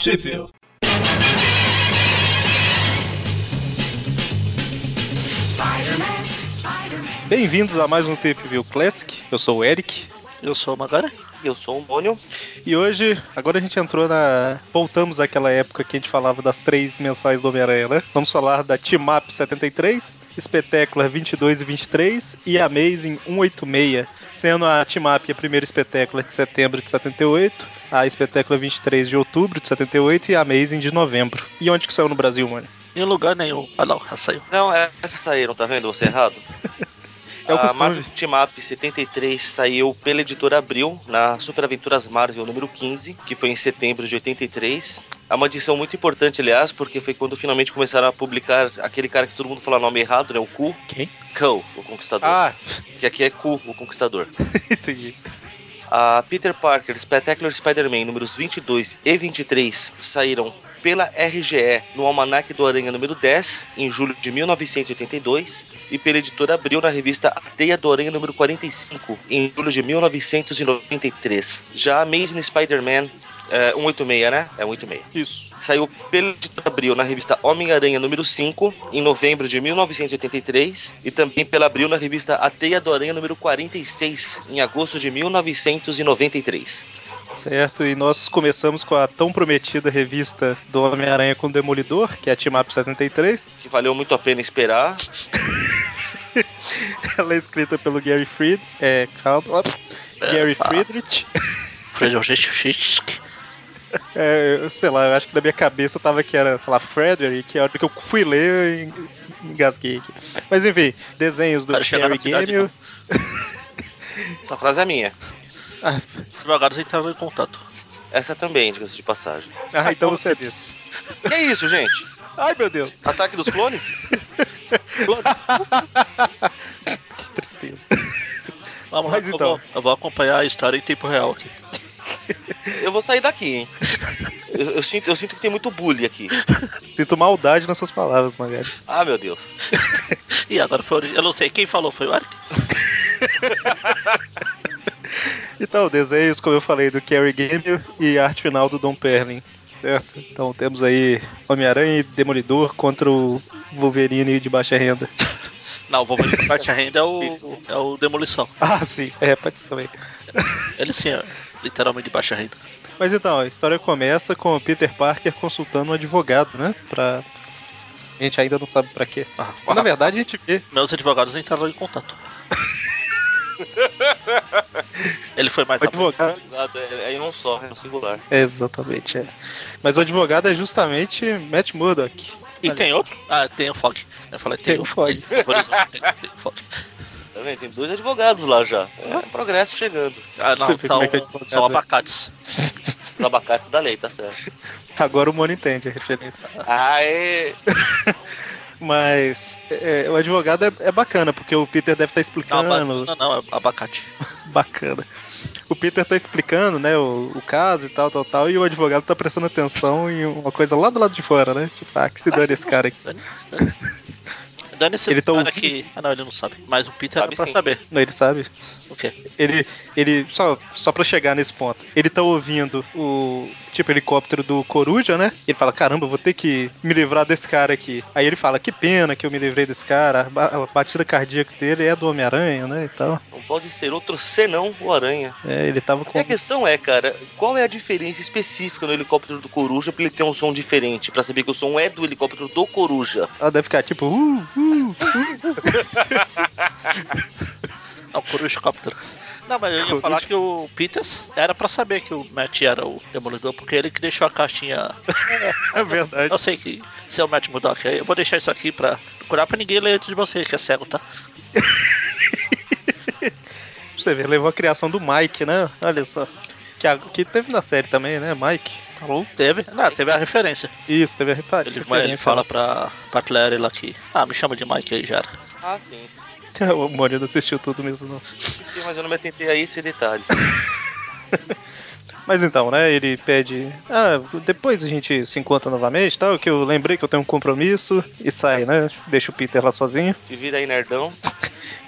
Civil. Bem-vindos a mais um Tape View Classic. Eu sou o Eric. Eu sou o Magara. Eu sou o Mônio. E hoje, agora a gente entrou na. Voltamos àquela época que a gente falava das três mensais do Homem-Aranha, né? Vamos falar da Team Up 73, Espetáculo 22 e 23 e Amazing 186. Sendo a Team Up a primeira espetácula de setembro de 78, a espetácula 23 de outubro de 78 e a Amazing de novembro. E onde que saiu no Brasil, Mônio? Em lugar nenhum. Ah, não, essa saiu. Não, é, essa saíram, tá vendo? Você errado. É o a costume. Marvel Team Up 73 saiu pela editora Abril, na Super Aventuras Marvel número 15, que foi em setembro de 83. É uma edição muito importante, aliás, porque foi quando finalmente começaram a publicar aquele cara que todo mundo fala nome errado, né? O Ku. Quem? Kou, o Conquistador. Ah, Que aqui é Ku, o Conquistador. entendi. A Peter Parker, Spectacular Spider-Man números 22 e 23 saíram pela RGE no Almanac do Aranha número 10, em julho de 1982, e pela editora Abril na revista A Teia do Aranha número 45, em julho de 1993. Já Amazing Spider-Man é, 186, né? É 186 Isso. saiu pelo editora Abril na revista Homem-Aranha número 5, em novembro de 1983, e também pela Abril na revista A Teia do Aranha número 46, em agosto de 1993. Certo, e nós começamos com a tão prometida revista do Homem-Aranha com o Demolidor, que é a Team Up 73. Que valeu muito a pena esperar. Ela é escrita pelo Gary Fried, é, calma, ops, Gary É, tá. Friedrich. Fred Orchestic. É, eu sei lá, eu acho que na minha cabeça tava que era, sei lá, Frederick, que é a hora que eu fui ler eu en- engasguei aqui. Mas enfim, desenhos do Cara, chegar Gary na cidade, Gamel. Essa frase é minha. Devagar você entrava tá em contato. Essa também, diga-se de passagem. Ah, então como você você disse. Que é isso, gente? Ai meu Deus, Ataque dos clones? que tristeza. Vamos Mas lá, então. eu, vou, eu vou acompanhar a história em tempo real aqui. Eu vou sair daqui, hein? Eu, eu sinto, eu sinto que tem muito bullying aqui. Sinto maldade nessas palavras, Magari. Ah, meu Deus. E agora foi. ori- Eu não sei quem falou, foi o Eric? Então, desenhos, como eu falei, do Kerry Gamble e arte final do Don Perlin, certo? Então temos aí Homem-Aranha e Demolidor contra o Wolverine de baixa renda. Não, o Wolverine de baixa renda é o, Isso. é o Demolição. Ah, sim, é, pode ser também. Ele sim é literalmente de baixa renda. Mas então, a história começa com o Peter Parker consultando um advogado, né? Pra. A gente ainda não sabe pra quê. Ah, Na verdade, a gente vê. Meus advogados entraram em contato. Ele foi mais O advogado. Nada, É é em um só, é um singular. É, exatamente, é. Mas o advogado é justamente Matt Murdock. E tem outro? Ah, tem o Fog. Eu falei, tem, Tem o o Fogg. Tem, o Horizonte, tem, tem o Fog. Tá vendo? Tem dois advogados lá já. É um progresso chegando. Ah, não, Você vê como são, é que é advogado, são né? abacates. Os abacates da lei, tá certo. Agora o Mono entende a referência. Aê! Mas é, o advogado é, é bacana, porque o Peter deve estar Não, explicando. banana não, é abacate. Bacana. O Peter tá explicando, né, o, o caso e tal, tal, tal, e o advogado tá prestando atenção em uma coisa lá do lado de fora, né? Tipo, ah, que se dane esse cara aqui. Dane-se, dane- Dane-se Ele esse tá cara ouvindo? que. Ah, não, ele não sabe. Mas o Peter Sabe é pra sim. saber. Não, ele sabe. O quê? Ele, ele só, só pra chegar nesse ponto, ele tá ouvindo o tipo helicóptero do Coruja, né? Ele fala: Caramba, eu vou ter que me livrar desse cara aqui. Aí ele fala: Que pena que eu me livrei desse cara. A ba- a batida cardíaca dele é do Homem-Aranha, né? E tal. Não pode ser outro senão o aranha. É, ele tava E com. a questão é, cara, qual é a diferença específica no helicóptero do coruja pra ele ter um som diferente? Pra saber que o som é do helicóptero do coruja. Ela deve ficar tipo, uh, uh. Não, coruja cóptero. Não, mas eu ia Coruja. falar que o Peters era pra saber que o Matt era o demolidor, porque ele que deixou a caixinha. É verdade. Eu sei que se é o Matt Murdock, aí eu vou deixar isso aqui pra procurar pra ninguém ler antes de você, que é cego, tá? Você vê, levou a criação do Mike, né? Olha só. Que, a- que teve na série também, né? Mike. Falou? Teve? Não, teve a referência. Isso, teve a refa- Ele, referência. ele fala pra, pra Claire lá que. Ah, me chama de Mike aí já era. Ah, sim. O Moreno assistiu tudo mesmo, não. Assisti, Mas eu não me atentei a esse detalhe. Mas então, né? Ele pede. Ah, depois a gente se encontra novamente tal. Que eu lembrei que eu tenho um compromisso. E sai, né? Deixa o Peter lá sozinho. Te vira aí, nerdão.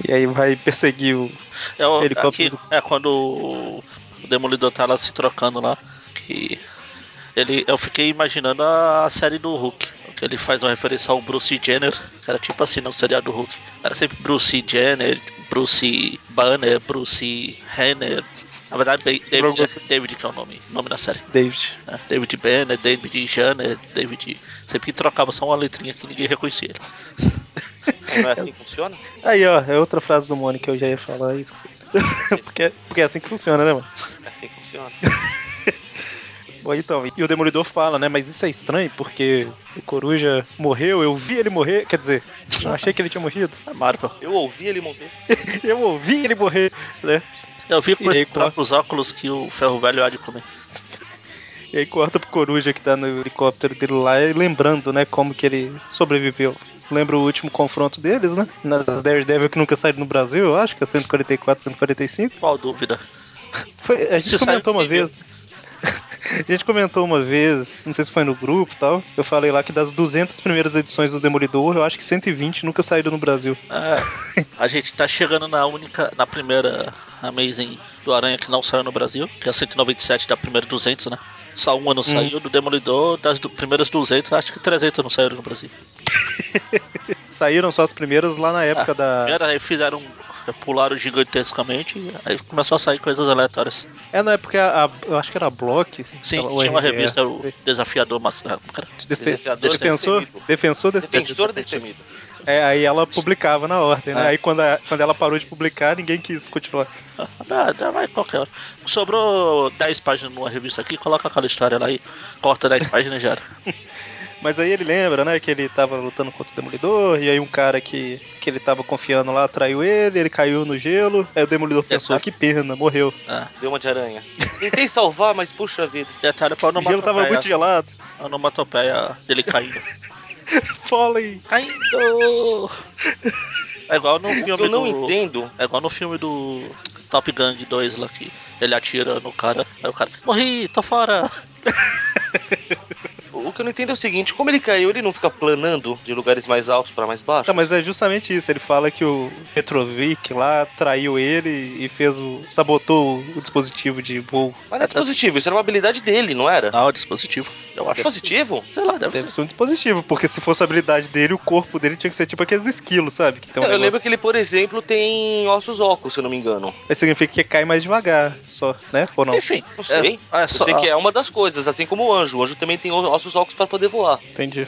E aí vai perseguir o. É, o, Helicóptero aqui, é quando o Demolidor tá lá se trocando lá. Que ele, eu fiquei imaginando a série do Hulk. Que ele faz uma referência ao Bruce Jenner, que era tipo assim, não seria do Hulk. Era sempre Bruce Jenner, Bruce Banner, Bruce Henner. Na verdade, Da- David, Drogo. David que é o nome, nome da série. David. né? David Banner, David Jenner, David. Sempre que trocava só uma letrinha que ninguém reconhecia. ele. Não é assim que funciona? Aí, ó, é outra frase do Mônica que eu já ia falar e esqueci. porque, porque é assim que funciona, né, mano? É assim que funciona. Bom, então, e o Demolidor fala, né? Mas isso é estranho, porque o Coruja morreu, eu vi ele morrer. Quer dizer, eu achei que ele tinha morrido. É Marvel. Eu ouvi ele morrer. Eu ouvi ele morrer, né? Eu vi com E aí, esses claro. próprios óculos que o ferro velho há de comer. E aí corta pro Coruja que tá no helicóptero dele lá, e lembrando, né, como que ele sobreviveu. Lembra o último confronto deles, né? Nas Daredevil que nunca saíram no Brasil, eu acho, que é 144, 145. Qual dúvida? Foi, a gente Isso saiu comentou uma no vídeo. vez. A gente comentou uma vez, não sei se foi no grupo e tal, eu falei lá que das 200 primeiras edições do Demolidor, eu acho que 120 nunca saíram no Brasil. É, a gente tá chegando na única, na primeira Amazing do Aranha que não saiu no Brasil, que é a 197 da primeira 200, né? Só uma não saiu do Demolidor, das du- primeiras 200, acho que 300 não saíram no Brasil. Saíram só as primeiras lá na época Ah, da... Primeiro, aí fizeram, pularam gigantescamente, aí começou a sair coisas aleatórias. É na época, a, eu acho que era a Block. Sim, ou tinha uma RR, revista, não o né? sei. Desafiador Massacre. um cara. Deste- Desafiador Defensor, tipo, Destemido. defensor desse Defensor destemido. É, aí ela publicava na ordem, né? Ah. Aí quando, a- quando ela parou de publicar, ninguém quis continuar. Ah, dá- dá, vai qualquer hora. Sobrou 10 páginas numa revista aqui, coloca aquela história lá e corta 10 páginas e já era. Mas aí ele lembra, né, que ele tava lutando contra o Demolidor, e aí um cara que, que ele tava confiando lá traiu ele, ele caiu no gelo, aí o Demolidor pensou, sabe? que pena, morreu. Ah, Deu uma de aranha. Tentei salvar, mas puxa vida. detalhe pra O gelo tava muito onomatopeia, gelado. a onomatopeia dele caindo. Fallen! Caindo! É igual no filme Eu não do... entendo. É igual no filme do Top Gang 2 lá que ele atira no cara, aí o cara, morri, tô fora! O que eu não entendo é o seguinte: como ele caiu, ele não fica planando de lugares mais altos pra mais baixos? Tá, mas é justamente isso, ele fala que o Petrovic lá traiu ele e fez o... sabotou o dispositivo de voo. Mas não é dispositivo, isso era uma habilidade dele, não era? Não, dispositivo, eu acho. Dispositivo? Sei lá, deve Deve ser. ser um dispositivo, porque se fosse a habilidade dele, o corpo dele tinha que ser tipo aqueles esquilos, sabe? Que tem um eu lembro negócio- que ele, por exemplo, tem ossos óculos, se eu não me engano. Aí significa que cai mais devagar, só, né? Ou não? Enfim, Não sei. É, é Eu só, sei que é uma das coisas, assim como o anjo. O anjo também tem ossos óculos pra poder voar. Entendi.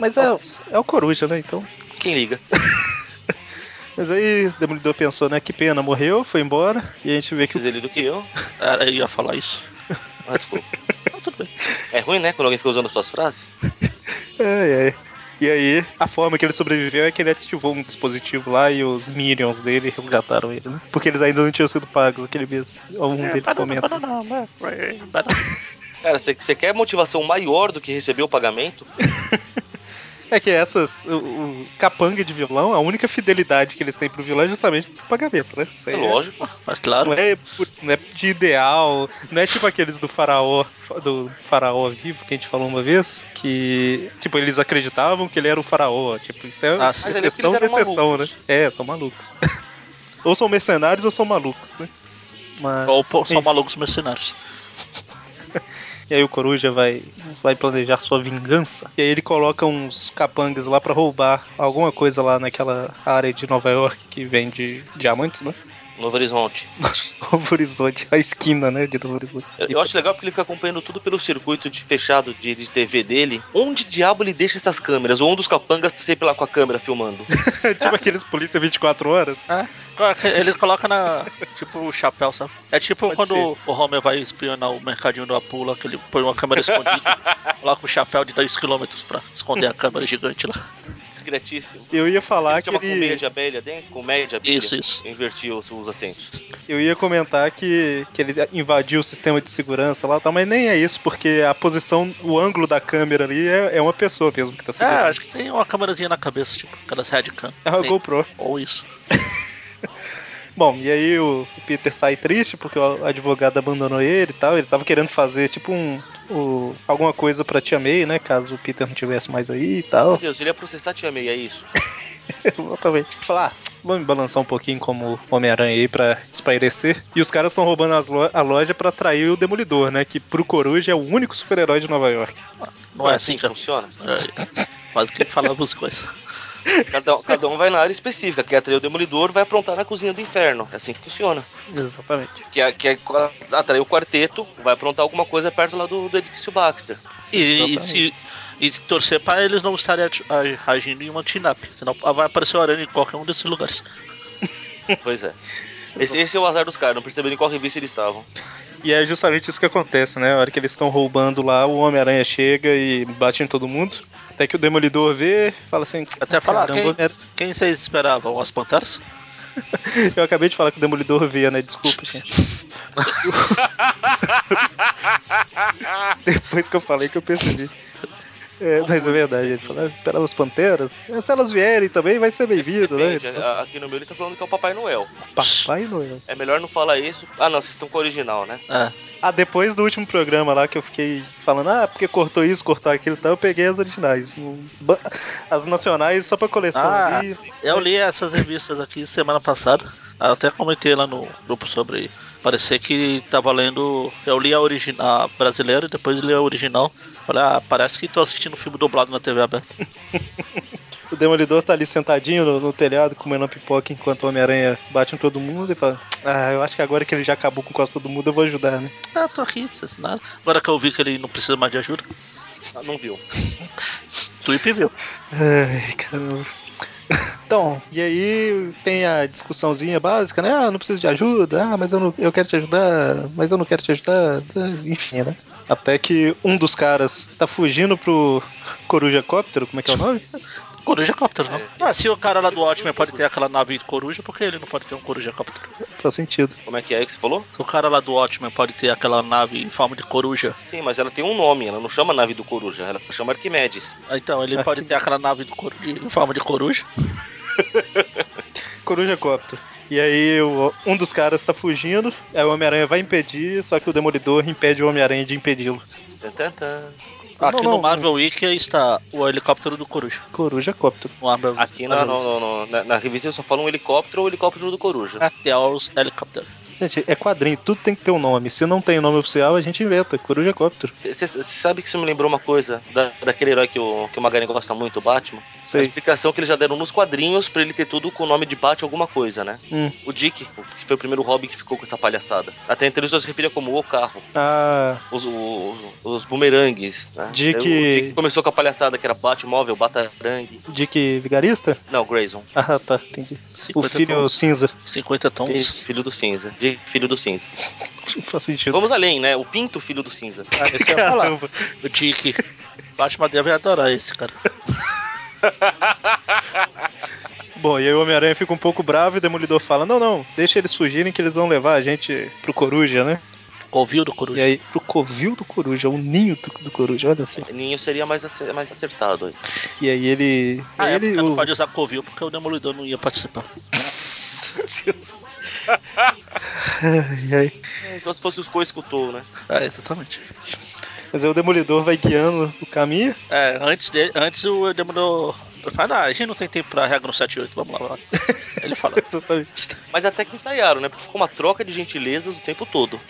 Mas é, é o coruja, né? Então. Quem liga? Mas aí o Demolidor pensou, né? Que pena, morreu, foi embora. E a gente vê que. Precisa ele do que eu. ah, Era, eu ia falar isso. Ah, desculpa. Não, tudo bem. É ruim, né? Quando alguém fica usando suas frases. É, é. E aí, a forma que ele sobreviveu é que ele ativou um dispositivo lá e os minions dele resgataram ele, né? Porque eles ainda não tinham sido pagos aquele mês. Algum É, deles banana, comenta. banana, né? Vai, banana. Cara, você- você quer motivação maior do que receber o pagamento? É que essas. O, o capanga de vilão, a única fidelidade que eles têm pro vilão é justamente o pagamento, né? Isso É aí lógico. Mas claro, Não é, por- não é de ideal, não é tipo aqueles do faraó, do faraó vivo que a gente falou uma vez, que tipo eles acreditavam que ele era o faraó, tipo isso é Ah, sim. Mas ali exceção eles da eram exceção, malucos. né? É, são malucos. ou são mercenários ou são malucos, né? Mas ou, pô, são enfim, malucos mercenários. e aí o coruja vai vai planejar sua vingança e aí ele coloca uns capangas lá pra roubar alguma coisa lá naquela área de Nova York que vende diamantes, né? Novo Horizonte. Novo Horizonte, a esquina, né, de Novo Horizonte. Eu, eu acho legal porque ele fica acompanhando tudo pelo circuito de fechado de, de TV dele. Onde diabo ele deixa essas câmeras? Ou um dos capangas tá sempre lá com a câmera filmando? tipo aqueles polícia 24 horas. Eles colocam na. Tipo o chapéu, sabe? É tipo Pode quando o Homer vai espionar o mercadinho do Apula, que ele põe uma câmera escondida, coloca um chapéu de 2km pra esconder a câmera gigante lá. Discretíssimo. Eu ia falar Ele que tinha uma colmeia ele, de abelha dentro? Colmeia de abelha? Isso, isso. Eu inverti os, os acentos. eu ia comentar que, que ele invadiu o sistema de segurança lá, e tal, mas nem é isso, porque a posição, o ângulo da câmera ali é, é uma pessoa mesmo que tá É, segurando. acho que tem uma câmerazinha na cabeça, tipo, aquelas headcam. É, uma Tem. GoPro. Ou isso. Bom, e aí o Peter sai triste porque o advogado abandonou ele e tal. Ele tava querendo fazer tipo um. o- alguma coisa pra Tia May, né? Caso o Peter não tivesse mais aí e Meu tal. Deus, ele ia processar a Tia May, é isso? Exatamente. Falar, ah, vamos me balançar um pouquinho como Homem-Aranha aí pra espairecer. E os caras estão roubando as lo- a loja pra atrair o Demolidor, né? Que pro Coruja é o único super-herói de Nova York. Não é assim, que cara. funciona. É, quase que ele falava as coisas. Cada, um- cada um vai na área específica. Quer atrair o demolidor, vai aprontar na cozinha do inferno. É assim que funciona. Exatamente. Quer, quer atrair o quarteto, vai aprontar alguma coisa perto lá do, do edifício Baxter. E, e se e se torcer pra eles não estarem ati- a- agindo em uma tinap. Senão vai aparecer o aranha em qualquer um desses lugares. Pois é. Esse, esse é o azar dos caras, não perceberam em qual revista eles estavam. E é justamente isso que acontece, né? A hora que eles estão roubando lá, o Homem-Aranha chega e bate em todo mundo. Até que o Demolidor vê, fala assim. Até falar, "Caramba, quem, Homem-Aranha." quem vocês esperavam? As panteras? Eu acabei de falar que o Demolidor vê, né? Desculpa, gente. Depois que eu falei que eu percebi. É, mas é verdade, ele falou, "Ah, esperava as panteras. É, Se elas vierem também, vai ser bem-vindo, né? Depende, a- aqui no meu ele tá falando que é o Papai Noel. Papai Noel. É melhor não falar isso. Ah, não, vocês estão com o original, né? É. Ah, depois do último programa lá que eu fiquei falando, ah, porque cortou isso, cortou aquilo e tal, eu peguei as originais. Um, ba- As nacionais só pra coleção Ah, ali. Eu li essas revistas aqui semana passada. Até comentei lá no grupo sobre. Parecia que tava lendo. Eu li a original brasileira e depois li a original. Olha, ah, parece que tô assistindo um filme dublado na TV aberta. O Demolidor tá ali sentadinho no, no telhado, comendo uma pipoca enquanto o Homem-Aranha bate em todo mundo e fala. Ah, eu acho que agora que ele já acabou com o Costa do Mundo, eu vou ajudar, né? Ah, tô aqui, assassinado. Agora que eu vi que ele não precisa mais de ajuda, Ah, Não viu. Twip viu. Ai, caramba. Então, e aí tem a discussãozinha básica, né? Ah, não preciso de ajuda, ah, mas eu, não, eu quero te ajudar, mas eu não quero te ajudar, enfim, né? Até que um dos caras tá fugindo pro Coruja Cóptero, como é que é o nome? Coruja Cóptero, não? Ah, se o cara lá do Watchmen pode ter aquela nave de coruja, por que ele não pode ter um Coruja Cóptero? Faz sentido. Como é que é que você falou? Se o cara lá do Watchmen pode ter aquela nave em forma de coruja, Sim, mas ela tem um nome, ela não chama nave do coruja, ela chama Arquimedes. ah, então ele pode ter aquela nave de coru- de- em forma de coruja. Coruja Cóptero. E aí o- um dos caras tá fugindo, aí o Homem-Aranha vai impedir, só que o Demolidor impede o Homem-Aranha de impedi-lo. Tan, tan, tan. Aqui Não, não, no Marvel Wiki está o helicóptero do coruja. Coruja Cóptero. No Marvel Aqui na, no- no- no- na, na revista eles só falam um helicóptero ou helicóptero do coruja. Meteoros Helicóptero. Gente, é quadrinho, tudo tem que ter um nome. Se não tem nome oficial, a gente inventa. Coruja Cóptero. Você sabe que isso me lembrou uma coisa da, daquele herói que o, que o Magaren gosta muito, o Batman? A Sei. explicação que eles já deram nos quadrinhos pra ele ter tudo com o nome de Batman alguma coisa, né? Hum. O Dick, o- que foi o primeiro Robin que ficou com essa palhaçada. Até então eles só se referia como o carro, Ah, os, os, os bumerangues, né? Dick- Daí O Dick começou com a palhaçada que era Batmóvel, Batarangue. Dick Vigarista? Não, Grayson. Ah, tá, entendi. O 50 filho tons. cinza. 50 tons. Filho do Cinza. Dick, filho do Cinza. Não faz sentido. Vamos além, né? O Pinto, filho do Cinza. Ah, esse eu ia falar. O Dick. Batman deve adorar esse, cara. Bom, e aí o Homem-Aranha fica um pouco bravo e o Demolidor fala: Não, não, deixa eles fugirem que eles vão levar a gente pro Coruja, né? Covil do E coruja. aí, pro covil do Coruja, o ninho do, do Coruja, olha só. Ninho seria mais, ace- mais acertado. aí. E aí ele. Ah, é, ele porque não o- pode usar Covil porque o Demolidor não ia participar. Deus. ai, ai. É, Só se fosse os co-escutou, né? É, exatamente. Mas aí o Demolidor vai guiando o caminho. É, antes, dele, antes o Demolidor... Ah, não, a gente não tem tempo pra regra no 78, vamos lá. vamos lá. Ele fala. Exatamente. Mas até que ensaiaram, né? Porque ficou uma troca de gentilezas o tempo todo.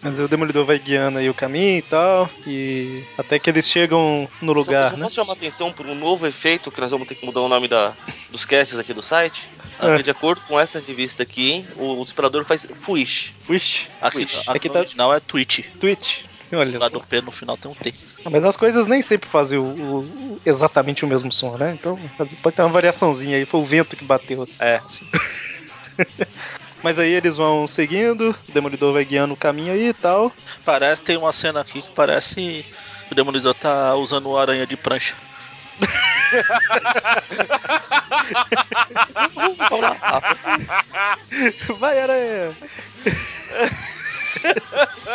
Mas aí o Demolidor vai guiando aí o caminho e tal. E até que eles chegam no só, lugar, só né? posso chamar atenção por um novo efeito que nós vamos ter que mudar o nome da, dos casts aqui do site. Ah, É. que De acordo com essa revista aqui, hein, o, o disparador faz fuish. Twitch. Aqui, Twitch. aqui, Aqui no tá- original é Twitch. Twitch. Olha Lá só. do P no final tem um T. Ah, Mas as coisas nem sempre fazem o- o- o- exatamente o mesmo som, né? Então faz- pode ter uma variaçãozinha aí. Foi o vento que bateu. É. Mas aí eles vão seguindo, o Demolidor vai guiando o caminho aí e tal. Parece, tem uma cena aqui que parece que o Demolidor tá usando o aranha de prancha. Vamos lá. Vai, aranha!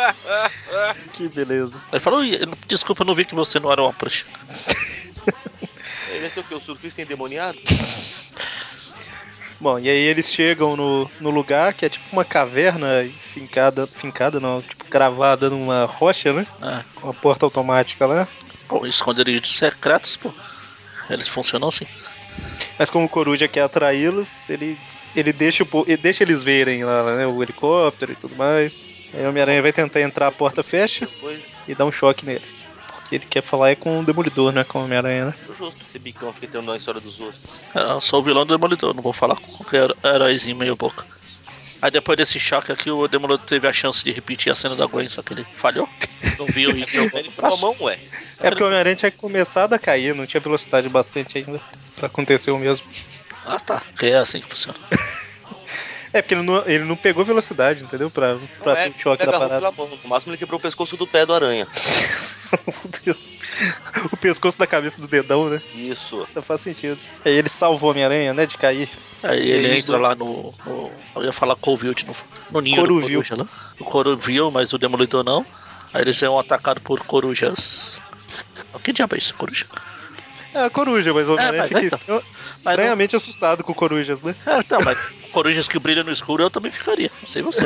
que beleza. Ele falou, "Ih, eu não- desculpa, eu não vi que você não era uma prancha. Ele é o quê? O surfista endemoniado? Bom, e aí eles chegam no, no lugar que é tipo uma caverna fincada, fincada não, tipo cravada numa rocha, né? É, Com a porta automática lá. com esconderijos secretos, pô. Eles funcionam assim. Mas como o Coruja quer atraí-los, ele, ele, deixa o po- ele deixa eles verem lá, né, o helicóptero e tudo mais. Aí o Homem-Aranha vai tentar entrar, a porta fecha Depois, e dá um choque nele. Porque ele quer falar é com o Demolidor, né, com o Homem-Aranha, né? justo, esse bicão fica tendo a história dos outros. Eu sou o vilão do Demolidor, não vou falar com qualquer heróizinho meio boca. Aí depois desse choque aqui, o Demolidor teve a chance de repetir a cena da Gwen, só que ele falhou. Não viu e deu Ele com a mão, ué. É porque o Homem-Aranha tinha começado a cair, não tinha velocidade bastante ainda pra acontecer o mesmo. Ah tá, que é assim que funciona. É porque ele não, ele não pegou velocidade, entendeu? Pra, pra Não é, ter o choque pega da a parada. mão pela mão. No máximo ele quebrou o pescoço do pé do aranha. Meu Deus. O pescoço da cabeça do dedão, né? Isso. Não faz sentido. Aí ele salvou o Homem-Aranha, né? De cair. Aí ele Ele entra lá no. no- eu ia falar Covil de novo. No ninho Coruvil. do coruja lá. O Coruvil, mas o Demolidor não. Aí eles são atacados por corujas. O que diabo é isso, coruja? É a coruja, mas o Homem-Aranha mas fica então. estran- não- estranhamente assustado com corujas, né? É, tá, mas corujas que brilham no escuro eu também ficaria. Não sei você.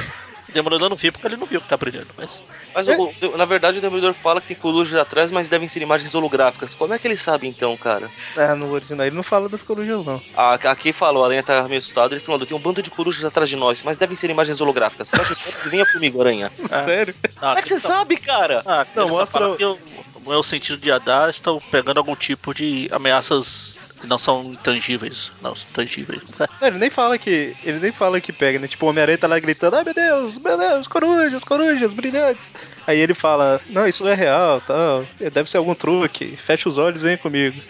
O Demolidor não viu porque ele não viu que tá brilhando, mas. Mas É. o- o- na verdade o Demolidor fala que tem corujas atrás, mas devem ser imagens holográficas. Como é que ele sabe então, cara? Ah, no original. Ele não fala das corujas, não. A- Aqui falou, a aranha tá meio assustada, ele falando, tem um bando de corujas atrás de nós, mas devem ser imagens holográficas. Fecha os olhos e venha comigo, aranha. Sério? Não, Como é que você sabe, cara? Ah, Não, não, mostra- mostra. Que o o meu sentido de radar estão pegando algum tipo de ameaças que não são intangíveis. Não, são tangíveis. Não, É. ele nem fala que. Ele nem fala que pega, né? Tipo, o Homem-Aranha tá lá gritando, ai meu Deus, meu Deus, corujas, corujas, brilhantes. Aí ele fala, não, isso não é real, tal. Deve ser algum truque. Fecha os olhos, vem comigo.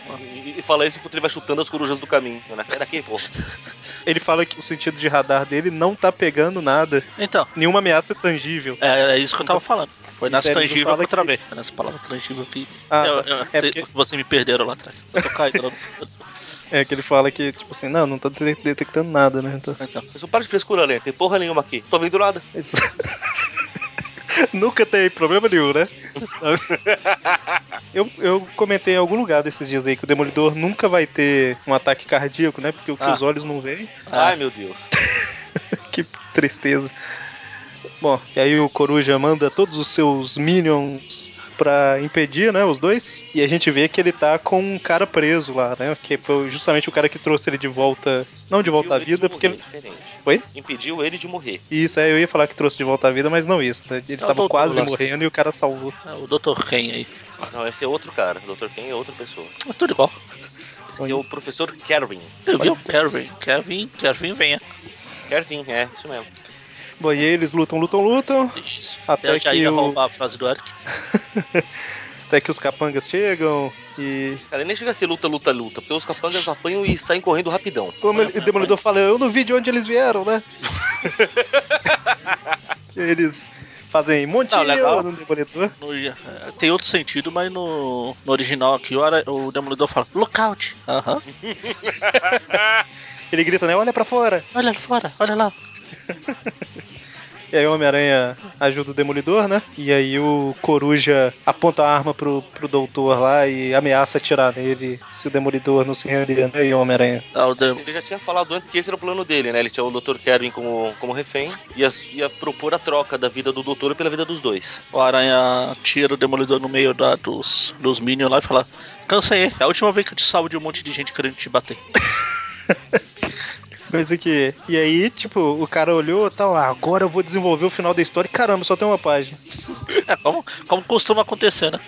E, e fala isso enquanto ele vai chutando as corujas do caminho, né? Sai daqui, pô. Ele fala que o sentido de radar dele não tá pegando nada. Então, Nenhuma ameaça tangível. É, é isso que eu tava falando. Foi Então, Isso nessa aí não tangível fala que eu que- travei. Foi nessa palavra tangível que. Ah, eu, tá. eu- É cê- porque- Vocês me perderam lá atrás. Eu tô caindo lá no fundo. É que ele fala que, tipo assim, não, não tô de- detectando nada, né? Então, Então, Mas não para de frescura, aranha, tem porra nenhuma aqui. Tô vendo nada. isso- Nunca tem problema nenhum, né? eu, eu comentei em algum lugar desses dias aí que o Demolidor nunca vai ter um ataque cardíaco, né? Porque o que Ah. os olhos não veem. Ah. Ai, meu Deus. Que tristeza. Bom, e aí o Coruja manda todos os seus minions pra impedir, né, os dois. E a gente vê que ele tá com um cara preso lá, né? Que foi justamente o cara que trouxe ele de volta, não de volta à Impediu ele vida, de porque morrer, diferente. Oi? Impediu ele de morrer. Isso, é, eu ia falar que trouxe de volta à vida, mas não isso, né? Ele Não, tava doutor, quase Lázaro. morrendo e o cara salvou. é o Dr. Ken aí. Não, esse é outro cara. O Dr. Ken é outra pessoa. É tudo igual. Esse aqui é o professor Kervin. Eu vi Olha o Kevin. Kevin, Kevin venha. Kervin, é, isso mesmo. Bom, e eles lutam, lutam, lutam, Isso. Até eu já que ia o- roubar a frase do Eric. até que os capangas chegam e. Cara, nem chega a ser luta, luta, luta. Porque os capangas apanham e saem correndo rapidão. Como ele- o Demolidor fala, eu não vi de onde eles vieram, né? eles fazem montinho Não, legal. no Demolidor. No- é, tem outro sentido, mas no, no original aqui o, Ara- o Demolidor fala: Lookout. Aham. Ele grita, né? Olha pra fora! Olha lá fora, olha lá. E aí o Homem-Aranha ajuda o Demolidor, né? E aí o Coruja aponta a arma pro, pro doutor lá e ameaça atirar nele se o Demolidor não se render, né? E o Homem-Aranha. Ah, o Dem- Ele já tinha falado antes que esse era o plano dele, né? Ele tinha o Dr. Kervin como, como refém e ia, ia propor a troca da vida do doutor pela vida dos dois. O Aranha tira o Demolidor no meio da- dos, dos Minions lá e fala: Cansei, é a última vez que eu te salvo de um monte de gente querendo te bater. Mas aqui. E aí, tipo, o cara olhou, tá lá, agora eu vou desenvolver o final da história. Caramba, só tem uma página. É, como, como costuma acontecer, né?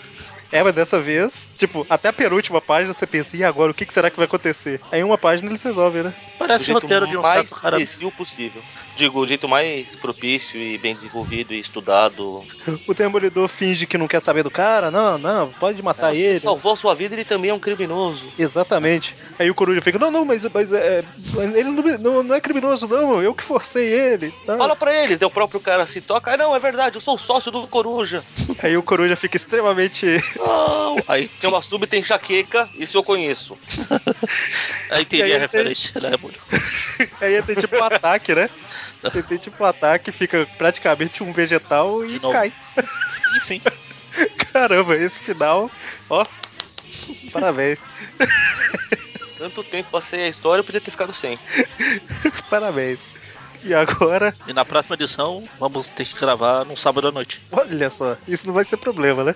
É, mas dessa vez, tipo, até a penúltima página você pensa, e agora, o que que será que vai acontecer? Aí uma página eles resolvem, né? Do Parece jeito roteiro de um mais certo cara. imbecil possível. Digo, o jeito mais propício e bem desenvolvido e estudado. O Demolidor finge que não quer saber do cara, não, não, pode Tá matar Você ele. salvou a sua vida, ele também é um criminoso. Exatamente. Aí o Coruja fica, não, não, mas, mas é, ele não, não, não é criminoso, não, eu que forcei ele. Ah. tá? Fala pra eles, daí o próprio cara se toca. Ah, não, é verdade, eu sou sócio do Coruja. Aí o Coruja fica extremamente. Não! Aí, Tem uma sub, tem enxaqueca, isso eu conheço. aí E teria aí é a ele tem- referência, né, Bruno? Aí tem tipo um ataque, né? Ele tem tipo um ataque, fica praticamente um vegetal De e novo. cai. Enfim, Caramba, esse final, ó. Parabéns, Tanto tempo passei a história, eu podia ter ficado sem. parabéns. E agora, e na próxima edição vamos ter que gravar num sábado à noite. olha só, isso não vai ser problema, né?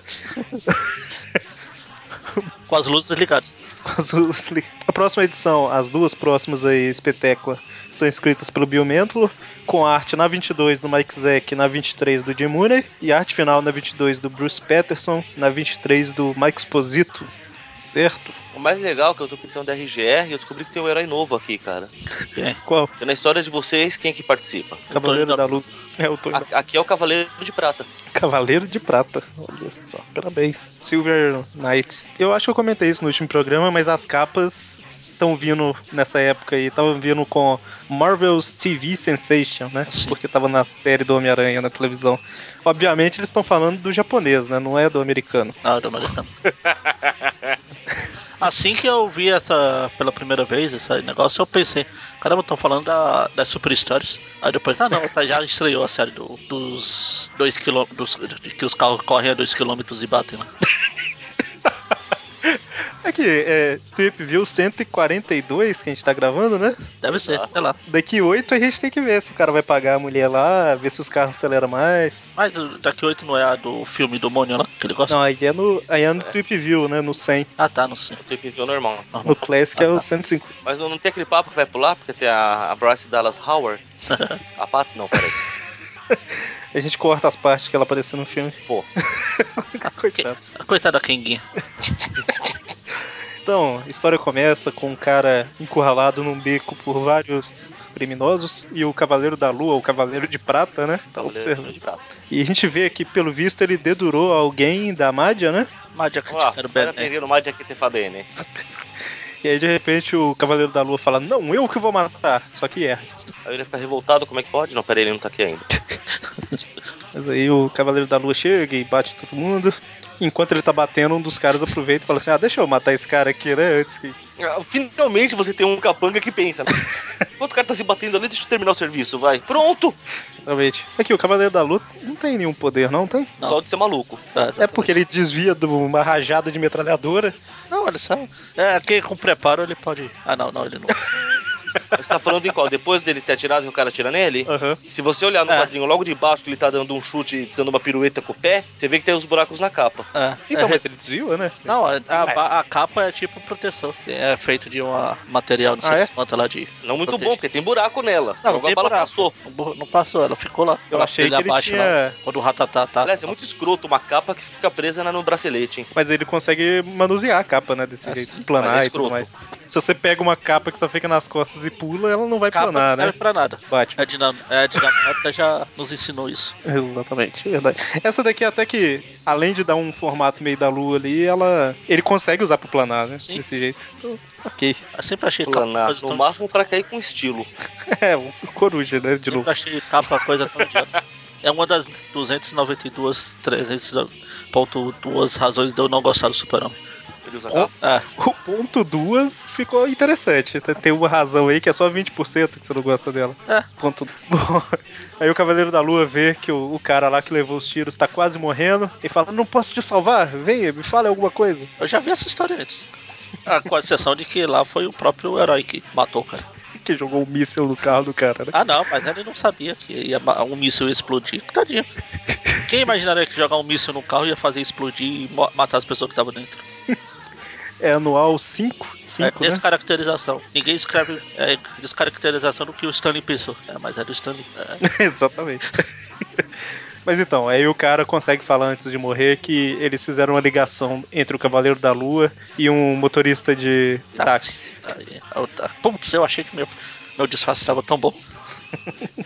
Com as luzes ligadas. Com as luzes ligadas. próxima edição, as duas próximas aí, Espetécula, são escritas pelo Bill Mantlo, com arte na 22 do Mike Zeck, na 23 do Jim Mooney, e arte final na 22 do Bruce Patterson, na 23 do Mike Esposito. Certo? O mais legal é que eu tô pensando da RGR, eu descobri que tem um herói novo aqui, cara. É. Qual? Porque na história de vocês, quem é que participa? Cavaleiro Tony da da- Lua. É o Tony. A- aqui é o Cavaleiro de Prata. Cavaleiro de Prata. Olha só, parabéns. Silver Knight. Eu acho que eu comentei isso no último programa, mas as capas estão vindo nessa época aí, estavam vindo com Marvel's TV Sensation, né? Sim. Porque tava na série do Homem-Aranha na televisão. Obviamente eles estão falando do japonês, né? Não é do americano. Não, do americano. Assim que eu vi essa pela primeira vez, esse negócio, eu pensei, caramba, estão falando da, das Super Stories. Aí depois, ah não, tá, já estreou a série do- dos dois quilômetros, que os carros correm a dois quilômetros e batem lá. Aqui, é Trip View 142 que a gente tá gravando, né? Deve ser, sei lá. Daqui oito a gente tem que ver se o cara vai pagar a mulher lá, ver se os carros aceleram mais. Mas o daqui oito não é a do filme do Mônio lá, que ele gosta? Não, aí é no, aí é no Trip View, né? No 100. Ah tá, não sei. O TPV normal. No Classic é o 150. Mas não tem aquele papo que vai pular, porque tem a, a Bryce Dallas Howard. A Pat, não, peraí. A gente corta as partes que ela apareceu no filme. Pô, Coitado. Coitada da Kenguinha. Então, a história começa com um cara encurralado num beco por vários criminosos e o Cavaleiro da Lua, o Cavaleiro de Prata, né? Tá Cavaleiro observando. de Prata. E a gente vê que, pelo visto, ele dedurou alguém da Mádia, né? Mas já que eu Olha lá, te quero para bem, né? pegar no Mad aqui tem Fabene. E aí, de repente, o Cavaleiro da Lua fala: Não, eu que vou matar. Só que erra. Aí ele fica revoltado, como é que pode? Não, peraí, ele não tá aqui ainda. Mas aí o Cavaleiro da Lua chega e bate todo mundo. Enquanto ele tá batendo, um dos caras aproveita e fala assim: Ah, deixa eu matar esse cara aqui, né? Antes que Ah, Finalmente você tem um capanga que pensa. Enquanto o cara tá se batendo ali, deixa eu terminar o serviço, vai. Pronto! Realmente. Aqui, o Cavaleiro da Lua não tem nenhum poder, não tem? Não. Só de ser maluco. Ah, É exato. porque ele desvia de uma rajada de metralhadora. Não, olha só. É, quem com preparo ele pode. Ah não, não, ele não. Mas você tá falando em qual? Depois dele ter atirado que o cara atira nele? Aham. Se você olhar no É. quadrinho logo de baixo que ele tá dando um chute, dando uma pirueta com o pé, você vê que tem os buracos na capa. É, Então, é, mas ele desviou, né? Não, a, a ba- a capa é tipo proteção. É feito de um material, não sei Ah, é? das quantas lá de. Não muito Protege. bom, porque tem buraco nela. Não, Logo tem a bala buraco. passou. Não bu- Não passou, ela ficou lá. Eu ela achei que foi lá ele tinha. Quando o ratatá tá. Aliás, é muito escroto uma capa que fica presa na- no bracelete, hein? Mas ele consegue manusear a capa, né? Desse Ah, jeito, sim. planar Mas é e tudo escroto. mais. Se você pega uma capa que só fica nas costas e pula, ela não vai capa não planar, né? serve pra nada. Batman. É dinam... é, a dinamônica já nos ensinou isso. Exatamente, é verdade. Essa daqui até que, além de dar um formato meio da lua ali, ela. Ele consegue usar pro planar, né? Sim. Desse jeito. Então, ok. Eu sempre achei Planar. capa. coisa No tão- máximo pra cair com estilo. É, o coruja, né? De novo. Sempre achei capa coisa tão idiota. É uma das 292, 300.2 razões de eu não gostar do Super-Homem. Ele usa Bom. capa. É, O ponto duas ficou interessante. Tem- Tem uma razão aí que é só 20% que você não gosta dela. É. Ponto. Bom, aí o Cavaleiro da Lua vê que o, o cara lá que levou os tiros tá quase morrendo e fala: Não posso te salvar? Venha, me fala alguma coisa. eu já vi essa história antes. Ah, com exceção de que lá foi o próprio herói que matou o cara. Que jogou um míssil no carro do cara, né? Ah não, mas ele não sabia que ia, ma- um míssil ia explodir. Tadinho. Quem imaginaria que jogar um míssil no carro ia fazer explodir e mo- matar as pessoas que estavam dentro? É anual 5? É 5, né? descaracterização. Ninguém escreve é, descaracterização do que o Stanley pensou. É, mas era o Stanley. É. Exatamente. Mas então, aí o cara consegue falar antes de morrer que eles fizeram uma ligação entre o Cavaleiro da Lua e um motorista de táxi. Aí, eu tá- Putz, eu achei que meu, meu disfarce estava tão bom.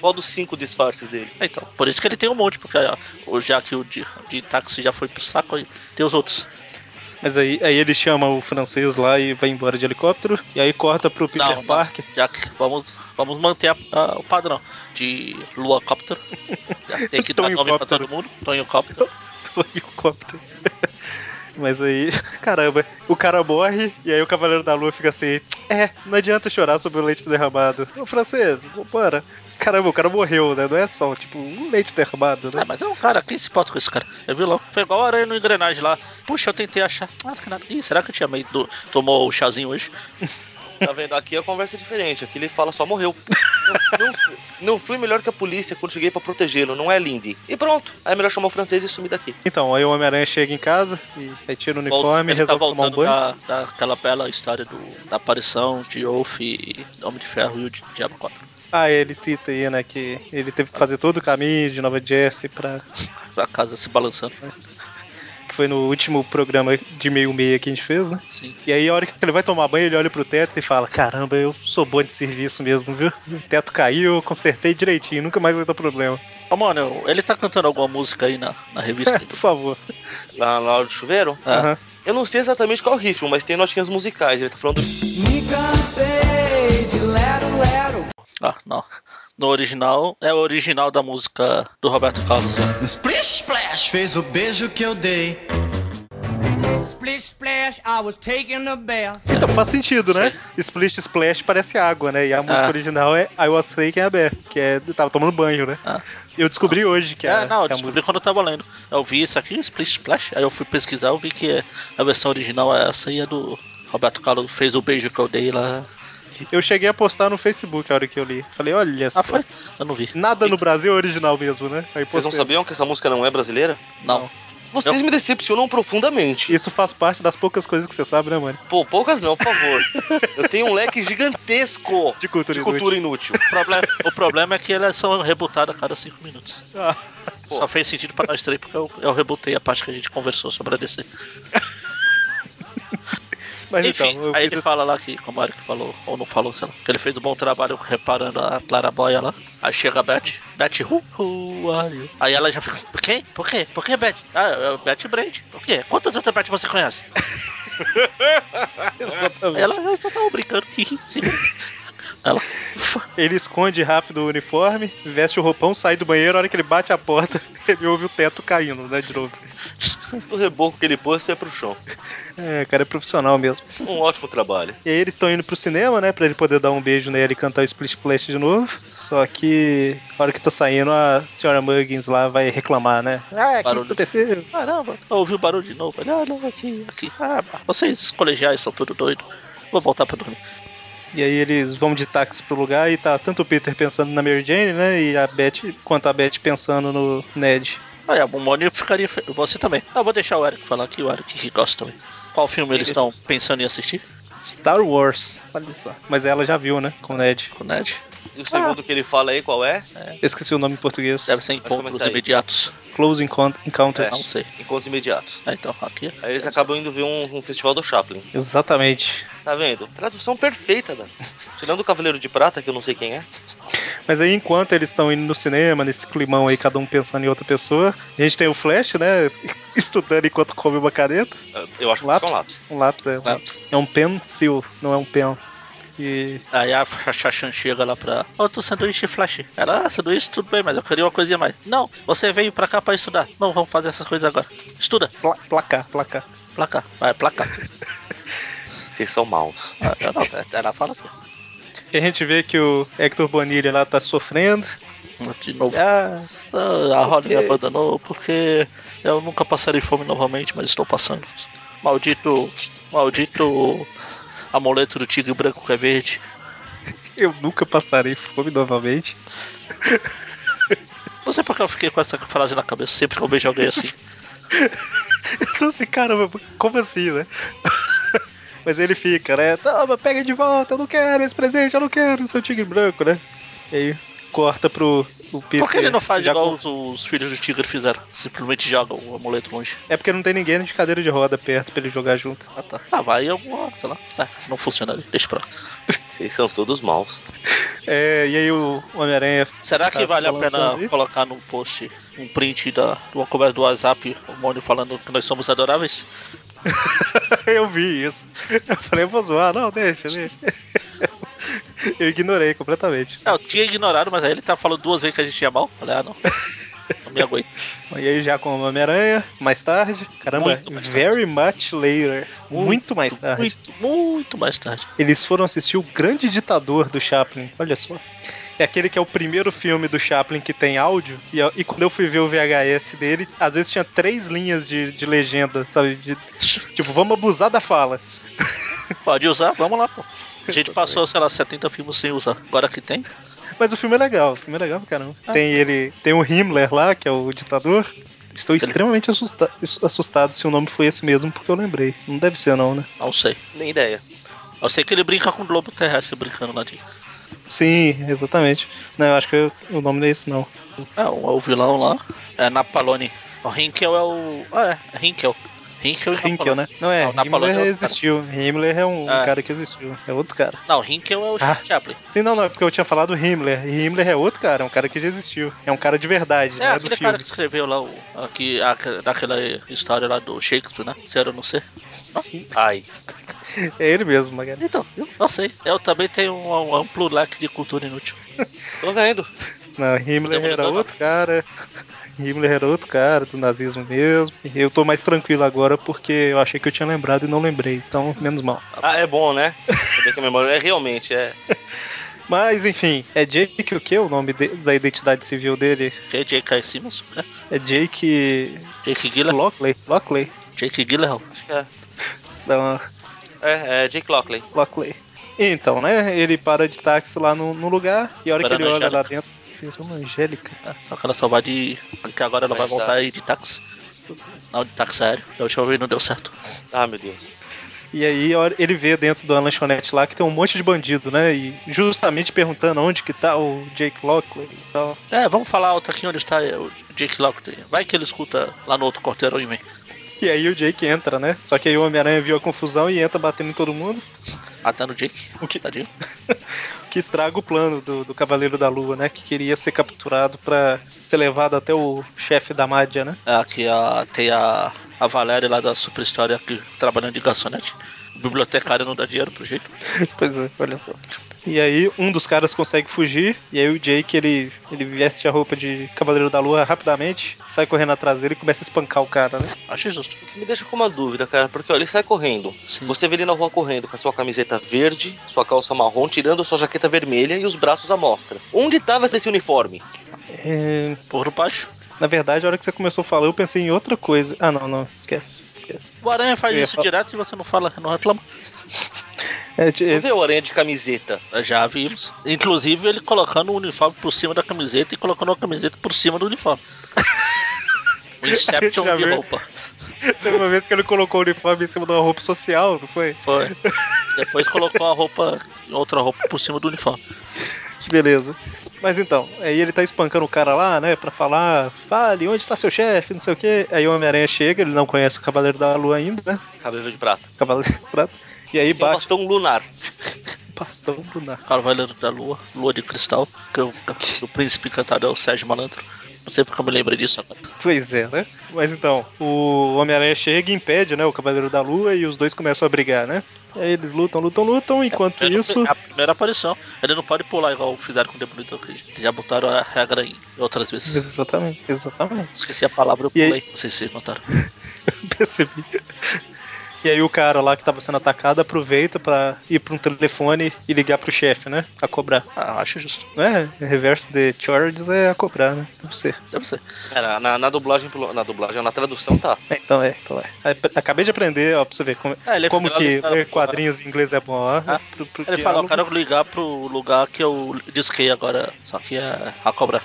Qual dos cinco disfarces dele? Então, por isso que ele tem um monte, porque ó, o- já que o de, de táxi já foi pro saco, aí tem os outros. Mas aí, aí ele chama o francês lá e vai embora de helicóptero. E aí corta pro Peter Não, não. Parker. Já que vamos, vamos manter a- a- o padrão de luacóptero. Já Tem que dar nome pra Tonhocóptero. todo mundo. Tonhocóptero. Do helicóptero. Mas aí, caramba, o cara morre e aí o Cavaleiro da Lua fica assim: É, não adianta chorar sobre o leite derramado. Ô francês, bora. Caramba, o cara morreu, né? Não é só, tipo, um leite derramado, né? Ah, mas é um cara, quem se importa com esse cara? É vilão. Foi igual a aranha no engrenagem lá. Puxa, eu tentei achar. Ah, que nada. Ih, será que eu tinha meio do... tomou o chazinho hoje? Tá vendo? Aqui a conversa é diferente. Aqui ele fala só morreu. Não, não fui- não fui melhor que a polícia quando cheguei pra protegê-lo, não é Lindy. E pronto. Aí é melhor chamar o francês e sumir daqui. Então, aí o Homem-Aranha chega em casa, e aí tira o uniforme, ele tá resolve tomar um voltando banho. da, daquela bela história do- da aparição de Wolf e Homem de Ferro e o Di- Diabo 4. Ah, ele cita aí, né, que ele teve que fazer todo o caminho de Nova Jersey pra... A casa se balançando, Que foi no último programa de meio-meia que a gente fez, né? assim. E aí, a hora que ele vai tomar banho, ele olha pro teto e fala: Caramba, eu sou bom de serviço mesmo, viu? O teto caiu, eu consertei direitinho, nunca mais vai dar problema. Ô, mano, ele tá cantando alguma música aí na, na revista? Por favor. Lá na hora do chuveiro. Ah, Aham. Eu não sei exatamente qual é ritmo, mas tem notinhas musicais. Ele tá falando. Me cansei de lero, lero. ah, não. No original, é o original da música do Roberto Carlos. né? Splish Splash fez o beijo que eu dei. Splish splash, I was taking a bath. Então faz sentido, né? Splish Splash parece água, né? E a música Ah. original é I Was Taking a Bath, que é. Tava tomando banho, né? Ah. Eu descobri hoje que a, É, não, eu que a descobri música. quando eu tava lendo. Eu vi isso aqui, Splish Splash, aí eu fui pesquisar, eu vi que é- a versão original é essa e a do Roberto Carlos fez o beijo que eu dei lá. Eu cheguei a postar no Facebook a hora que eu li. Falei, olha só. Ah, foi? Eu não vi. Nada no Brasil é original mesmo, né? Aí Vocês postei. não sabiam que essa música não é brasileira? Não. Vocês me decepcionam profundamente. Isso faz parte das poucas coisas que você sabe, né, mano? Pô, poucas não, por favor. Eu tenho um leque gigantesco De cultura de cultura inútil. O problema, o problema é que elas são rebutadas a cada cinco minutos. Ah. Só fez sentido pra nós três porque eu, eu rebutei a parte que a gente conversou sobre a DC. Mas Enfim, então, eu aí ele fala lá que, como o Eric falou, ou não falou, sei lá, que ele fez um bom trabalho reparando a Clara Boia lá. Aí chega a Beth, Beth who, who are you? Aí ela já fica, por quê? Por quê? Por que Beth? Ah, é o Beth Brand. Por quê? Quantas outras Beth você conhece? Aí exatamente. ela já só tava brincando. Sim. ela, Ele esconde rápido o uniforme, veste o roupão, sai do banheiro, a hora que ele bate a porta, ele ouve o teto caindo, né, de novo. O reboco que ele pôs foi pro chão. É, cara, é profissional mesmo. Um ótimo trabalho. E aí eles estão indo pro cinema, né, pra ele poder dar um beijo nela e cantar o Split Splash de novo. Só que, a hora que tá saindo, a senhora Muggins lá vai reclamar, né? Ah, o que Barulho. aconteceu? caramba, eu ouvi o barulho de novo. Ele, ah, não, aqui, aqui. Ah, vocês colegiais são tudo doido. Vou voltar pra dormir. E aí eles vão de táxi pro lugar e tá tanto o Peter pensando na Mary Jane, né, e a Beth, quanto a Beth pensando no Ned. Aí a Moni é, ficaria. fe- Você também. Ah, vou deixar o Eric falar que o Eric que gosta também. Qual filme eles estão pensando em assistir? Star Wars, olha só. Mas ela já viu, né, com o Ned. Com o Ned? E o segundo que ele fala aí, qual é? Eu esqueci o nome em português. Deve ser como é que encontros tá aí? imediatos. Close Encont- Encounters. Não sei. Encontros imediatos. Ah, então, aqui. Aí eles acabam indo ver um, um festival do Chaplin. Exatamente. Tá vendo? Tradução perfeita, Dan. Tirando o Cavaleiro de Prata, que eu não sei quem é. Mas aí, enquanto eles estão indo no cinema, nesse climão aí, cada um pensando em outra pessoa, a gente tem o Flash, né? Estudando enquanto come uma caneta. Eu acho que Lápis. são lápis. Um lápis é. Lápis. É um pencil, não é um pen. E. Aí a Chachan chega lá pra. Outro sanduíche flash. Ela, ah, sanduíche, tudo bem, mas eu queria uma coisinha a mais. Não, você veio pra cá pra estudar. Não, vamos fazer essas coisas agora. Estuda. Pla placar, placar. Placar. Vai, placar. Vocês são maus. Ah, ela, ela fala aqui. E a gente vê que o Hector Bonilha lá tá sofrendo. De novo. Ah, Ah, A Holly me Ok. abandonou porque eu nunca passarei fome novamente, mas estou passando. Maldito. Maldito amuleto do tigre branco que é verde. eu nunca passarei fome novamente. Não sei porque eu fiquei com essa frase na cabeça sempre que eu vejo alguém assim. Então assim, caramba, como assim, né? Mas ele fica, né? Toma, pega de volta, eu não quero esse presente, eu não quero seu tigre branco, né? E aí corta pro o Peter. Por que ele não faz já igual com- os, os filhos do tigre fizeram? Simplesmente jogam o amuleto longe. É porque não tem ninguém de cadeira de roda perto pra ele jogar junto. Ah tá. Ah, vai alguma, sei lá. Ah, não funciona ali, deixa pra lá. Vocês são todos maus. É, e aí o Homem-Aranha. Será que tá vale a pena balançando aí. colocar num post um print da, de uma conversa do WhatsApp, o Mônio falando que nós somos adoráveis? eu vi isso. Eu falei, vou zoar, não, deixa, deixa. eu ignorei completamente. Não, eu tinha ignorado, mas aí ele tá falando duas vezes que a gente ia mal. Falei, ah, não. Não me aguento. E aí já com o Homem-Aranha, mais tarde. Caramba, Muito mais tarde. very much later. Muito, mais tarde. Muito, muito mais tarde. Eles foram assistir O Grande Ditador do Chaplin. Olha só. É aquele que é o primeiro filme do Chaplin que tem áudio. E, eu- e quando eu fui ver o VHS dele, às vezes tinha três linhas de, de legenda, sabe? De- tipo, vamos abusar da fala. Pode usar, vamos lá, pô. A gente passou, sei lá, 70 filmes sem usar. Agora que tem. Mas o filme é legal, o filme é legal pra caramba. Tem ele, tem o Himmler lá, que é o ditador. Estou extremamente assusta assustado se o nome foi esse mesmo, porque eu lembrei. Não deve ser não, né? Não sei. Nem ideia. Eu sei que ele brinca com o globo terrestre brincando lá de. Sim, exatamente. Não, eu acho que eu- o nome não é esse não. É, o, o vilão lá. É Napalone. O Rinkel é o. Ah, é, Rinkel. Rinkel e Hinkel, Napalone. né? Não é, Não, Napoleão é Himmler outro existiu. Himmler é um Ah. cara que existiu, é outro cara. Não, Rinkel é o Ah. Charlie Chaplin. Sim, não, não, é porque eu tinha falado Himmler. E Himmler é outro cara, é um cara que já existiu. É um cara de verdade, É, não é do aquele filme. cara que escreveu lá o, aqui, aque- naquela história lá do Shakespeare, né? Sério, eu não sei. Ai. É ele mesmo, Magali. Então, eu não sei. Eu também tenho um, um amplo leque de cultura inútil. Tô vendo. Não, Himmler Temos era dois outro cara. Himmler era outro cara do nazismo mesmo. Eu tô mais tranquilo agora porque eu achei que eu tinha lembrado e não lembrei, então menos mal. Ah, é bom, né? Saber que a memória é realmente, é. Mas enfim, é Jake o que o nome de- da identidade civil dele? Que é J.K. Simmons, né? É Jake Jake Gyllenhaal. Lockley. Lockley. Jake Gyllenhaal. Acho que é. Não, É, é Jake Lockley. Lockley. Então, né? Ele para de táxi lá no, no lugar e a hora que ele Esperando a olha lá dentro. Esperando a Angélica. É, só que ela só vai de... Porque agora ela vai Mas, voltar tá. ah, aí de táxi. Não, de táxi aéreo. Da última vez não deu certo. Ah, meu Deus. E aí a hora- ele vê dentro da lanchonete lá que tem um monte de bandido, né? E justamente perguntando onde que tá o Jake Lockley e tal. É, vamos falar alto aqui onde está é, o Jake Lockley. Vai que ele escuta lá no outro quarteirão e vem. E aí o Jake entra, né? Só que aí o Homem-Aranha viu a confusão e entra batendo em todo mundo, Matando o Jake. O quê? Tadinho. que estraga o plano do, do Cavaleiro da Lua, né? Que queria ser capturado pra ser levado até o chefe da Mádia, né? É, aqui a, tem a, a Valéria lá da Super História aqui, trabalhando de garçonete. O bibliotecário não dá dinheiro pro jeito. Pois é, olha só. E aí um dos caras consegue fugir, e aí o Jake ele, ele veste a roupa de Cavaleiro da Lua rapidamente, sai correndo atrás dele e começa a espancar o cara, né? Acho justo. O que me deixa com uma dúvida, cara, porque ó, ele sai correndo. Sim. Você vê ele na rua correndo com a sua camiseta verde, sua calça marrom, tirando sua jaqueta vermelha e os braços à mostra. Onde estava esse uniforme? É, Por baixo. na verdade, a hora que você começou a falar, eu pensei em outra coisa. Ah, não, não, esquece, esquece. O Aranha faz Eu ia isso falar- direto e você não fala, não reclama. É, de- Não vê o aranha de camiseta. Já vimos. Inclusive ele colocando o uniforme por cima da camiseta e colocando a camiseta por cima do uniforme. O Inception Já de viu? roupa. Teve uma vez que ele colocou o uniforme em cima de uma roupa social, não foi? Foi. Depois colocou a roupa, outra roupa por cima do uniforme. Que beleza. Mas então, aí ele tá espancando o cara lá, né, pra falar, fale, onde está seu chefe, não sei o quê. Aí o Homem-Aranha chega, ele não conhece o Cavaleiro da Lua ainda, né? Cabelo de prata. Cavaleiro Prata. E aí Tem um bate bastão lunar. o bastão lunar. Cavaleiro da Lua, Lua de Cristal, que o, o príncipe encantado é o Sérgio Malandro. Não sei porque eu me lembrei disso agora. Pois é, né? Mas então, o Homem-Aranha chega e impede, né, o Cavaleiro da Lua e os dois começam a brigar, né? Aí eles lutam, lutam, lutam, enquanto Ele não- isso. É A primeira aparição. Ele não pode pular igual fizeram com o Demolidor, que já botaram a regra em outras vezes. Exatamente, exatamente. Esqueci a palavra, eu E aí- pulei. Não sei se vocês notaram. Percebi. E aí o cara lá que tava sendo atacado aproveita pra ir pra um telefone e ligar pro chefe, né? A cobrar. Ah, acho justo. Não é? Reverso de Charges é a cobrar, né? Deve ser. Deve ser. Cara, na, na dublagem, pelo- na dublagem, na tradução tá. É, Então é, então é. Aí, p- Acabei de aprender, ó, pra você ver como, Ah, ele é como filho, ele que fala- ler quadrinhos em inglês é bom, ó. Ah, Pro- pro Ele diálogo. falou, quero ligar pro lugar que eu disquei agora, só que é a cobra.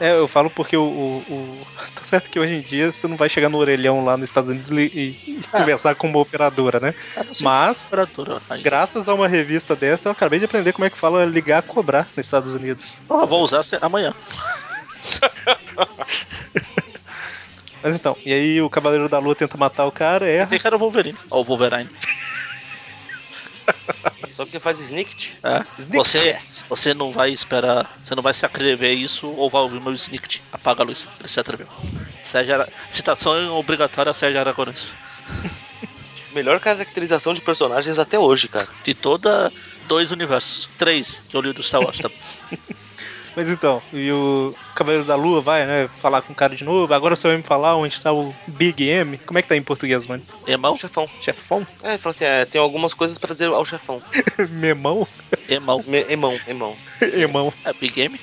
É, eu falo porque o, o- o- Tá certo que hoje em dia você não vai chegar no orelhão lá nos Estados Unidos li- e, e conversar com uma operadora, né? Ah, não sei se Mas, é operadora ainda. graças a uma revista dessa, eu acabei de aprender como é que fala ligar cobrar nos Estados Unidos. Ah, vou usar se- amanhã. Mas então, e aí o Cavaleiro da Lua tenta matar o cara, erra. Pensei que era o Wolverine. Ou o Wolverine. Só porque faz snicket. É. Sneak Você, você não vai esperar, você não vai se atrever a isso ou vai ouvir meu snicket. Apaga a luz. Ele se atreveu. Sérgio Ara... Citação obrigatória a Sérgio Aragonês. Melhor caracterização de personagens até hoje, cara. De toda dois universos. Três que eu li do Star Wars. Tá? Mas então, e o Cavaleiro da Lua vai, né, falar com o cara de novo. Agora você vai me falar onde tá o Big M. Como é que tá em português, mano? Emão? Chefão. Chefão? É, ele falou assim: é, tem algumas coisas pra dizer ao chefão. Memão? Emão. Me, emão, emão. Irmão. É Big M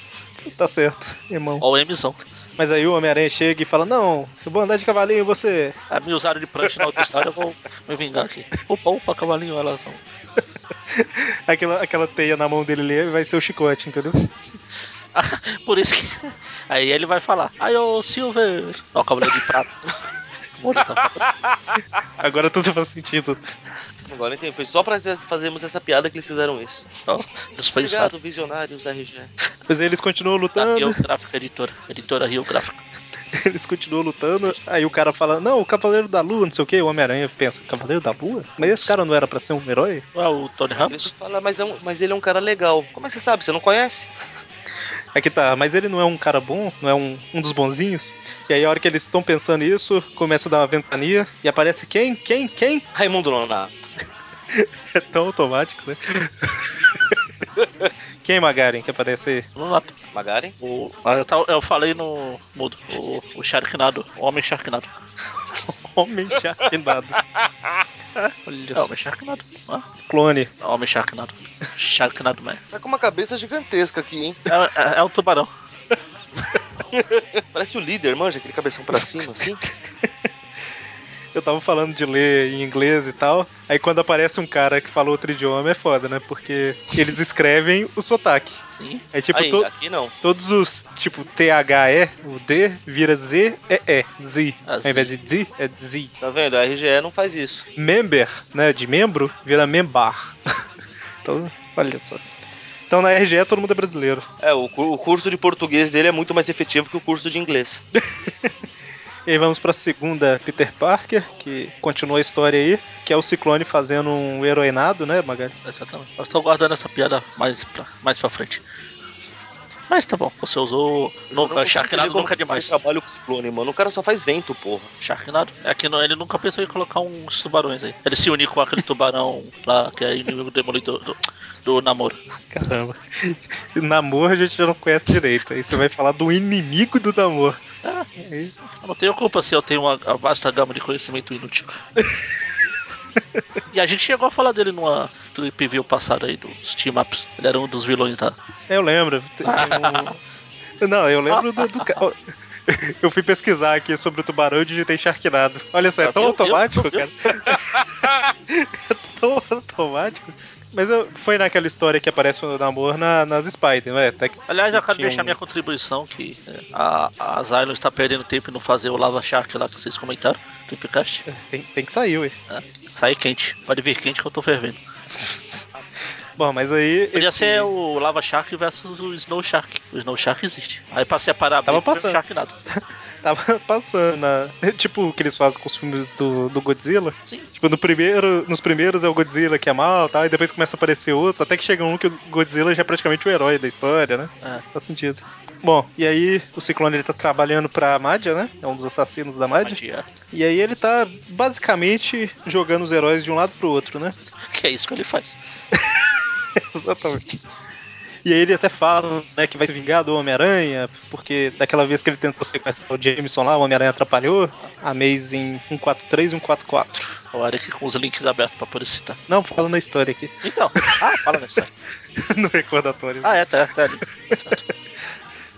Tá certo, irmão. ou Mzão. Mas aí o Homem-Aranha chega e fala: Não, eu vou andar de cavalinho em você. Ah, me usaram de prancha na outra história, eu vou me vingar aqui. Opa, opa, cavalinho, elas são. Aquela, aquela teia na mão dele ali vai ser o chicote, entendeu? Por isso que. Aí ele vai falar: Ai, ô Silver! Ó, o cavaleiro de prata. Bonitão. Agora tudo faz sentido. Agora eu entendi. Foi só pra zes- fazermos essa piada que eles fizeram isso. Ó, dispensado. Obrigado, visionários da RG. Mas aí eles continuam Da lutando. Rio Gráfica Editora. Editora Rio Gráfica. Eles continuam lutando, aí o cara fala, não, o Cavaleiro da Lua, não sei o que, o Homem-Aranha pensa, Cavaleiro da Lua? Mas esse cara não era pra ser um herói? Não é o Tony Eles Ramos? falam, mas, é um- mas ele é um cara legal. Como é que você sabe? Você não conhece? Aqui tá, mas ele não é um cara bom, não é um, um dos bonzinhos? E aí a hora que eles estão pensando isso, começa a dar uma ventania, e aparece quem? Quem? Quem? Raimundo Nonato. É tão automático, né? quem, Magaren, que aparece aí? Não é lá. Magaren? O, ah, eu, tava- eu falei no. Mudo. O, o Sharknado. O Homem Sharknado. Homem Sharknado. É, o Homem Sharknado. Ah, Clone. o Homem Sharknado. Sharknado Man. Tá com uma cabeça gigantesca aqui, hein? É, é, é um tubarão. Parece o líder, manja, aquele cabeção pra cima, assim. Eu tava falando de ler em inglês e tal. Aí quando aparece um cara que fala outro idioma é foda, né? Porque eles escrevem o sotaque. Sim. É tipo Aí, to- aqui não. todos os tipo THE, o D vira Z, E, E, Z. Ah, Ao sim. invés de Z, é Z. Tá vendo? A RGE não faz isso. Member, né? De membro, vira membar. então, olha só. Então na RGE todo mundo é brasileiro. É, o, cu- o curso de português dele é muito mais efetivo que o curso de inglês. E aí vamos pra segunda Peter Parker, que continua a história aí, que é o Ciclone fazendo um heroinado, né, Magali? Exatamente. Eu estou guardando essa piada mais pra, mais pra frente. Mas tá bom, você usou. Eu não Nunca, consigo Sharknado entender como nunca é que demais. Eu trabalho com ciclone, mano. O cara só faz vento, porra. Sharknado? É que não, ele nunca pensou em colocar uns tubarões aí. Ele se uniu com aquele tubarão lá, que é inimigo do demolidor do, do namoro. Caramba. Namor a gente já não conhece direito. Aí você vai falar do inimigo do Namor. Ah, eu não tenho culpa se eu tenho uma uma vasta gama de conhecimento inútil. e a gente chegou a falar dele numa trip view passada aí dos team ups. Ele era um dos vilões da. Eu lembro. Tem um- Não, eu lembro do. do ca- Eu fui pesquisar aqui sobre o tubarão e digitei Sharknado. Olha só, é tão Meu automático, Deus, cara. é tão automático. Mas eu- foi naquela história que aparece o Namor na- nas Spider, né? Até que- Aliás, eu quero Tinha um- deixar minha contribuição que é, a, a Zylon está perdendo tempo em não fazer o Lava Shark lá que vocês comentaram, Tripcast. Tem, tem que sair, ué. Sai quente, pode vir quente que eu tô fervendo. Bom, mas aí. Podia esse- ser o Lava Shark versus o Snow Shark. O Snow Shark existe. Aí pra separar Tava bem, tem um o passando. Sharknado. Tava passando. na- Tipo o que eles fazem com os filmes do, do Godzilla. Sim. Tipo, no primeiro, nos primeiros é o Godzilla que é mal tal, e depois começa a aparecer outros, até que chega um que o Godzilla já é praticamente o herói da história, né? É. Faz sentido. Bom, e aí o Ciclone ele tá trabalhando pra Madja, né? É um dos assassinos da Madja. Magia. E aí ele tá basicamente jogando os heróis de um lado pro outro, né? Que é isso que ele faz. Exatamente. E aí ele até fala, né, que vai se vingar do Homem-Aranha, porque daquela vez que ele tentou sequestrar o Jameson lá, o Homem-Aranha atrapalhou. um A Maze em 143 e 144. É O Eric com os links abertos pra poder citar. Não, falando a história aqui, Então, ah, fala na história. no recordatório. Ah, é, tá, tá ali. Tá certo.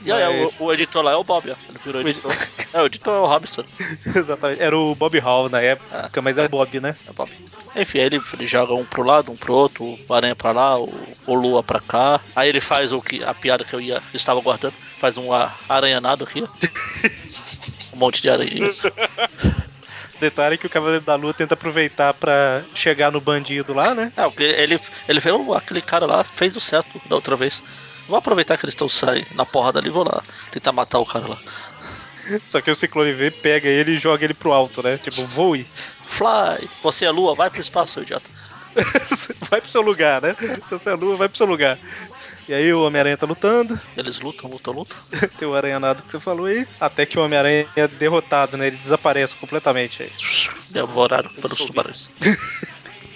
E aí, Mas- o, o editor lá é o Bob, ó. Ele virou editor. É, o editor é o Robson. Exatamente. Era o Bob Hall na época, mas é Bob, né? É o Bob. Enfim, aí ele, ele joga um pro lado, um pro outro, o Aranha pra lá, o, o Lua pra cá. Aí ele faz o que, a piada que eu ia, estava guardando, faz um a- aranhanado aqui, ó. Um monte de aranhas. Detalhe é que o Cavaleiro da Lua tenta aproveitar pra chegar no bandido lá, né? É, porque ele, ele fez o- aquele cara lá, fez o certo da outra vez. Vou aproveitar que eles estão saindo na porrada ali, vou lá tentar matar o cara lá. Só que o Ciclone V pega ele e joga ele pro alto, né? Tipo, voe. Fly, você é lua, vai pro espaço, seu idiota. vai pro seu lugar, né? Se você é lua, vai pro seu lugar. E aí o Homem-Aranha tá lutando, Eles lutam, lutam, lutam. tem o aranhanado que você falou aí, até que o Homem-Aranha é derrotado, né? Ele desaparece completamente aí. Devoraram pelos tubarões.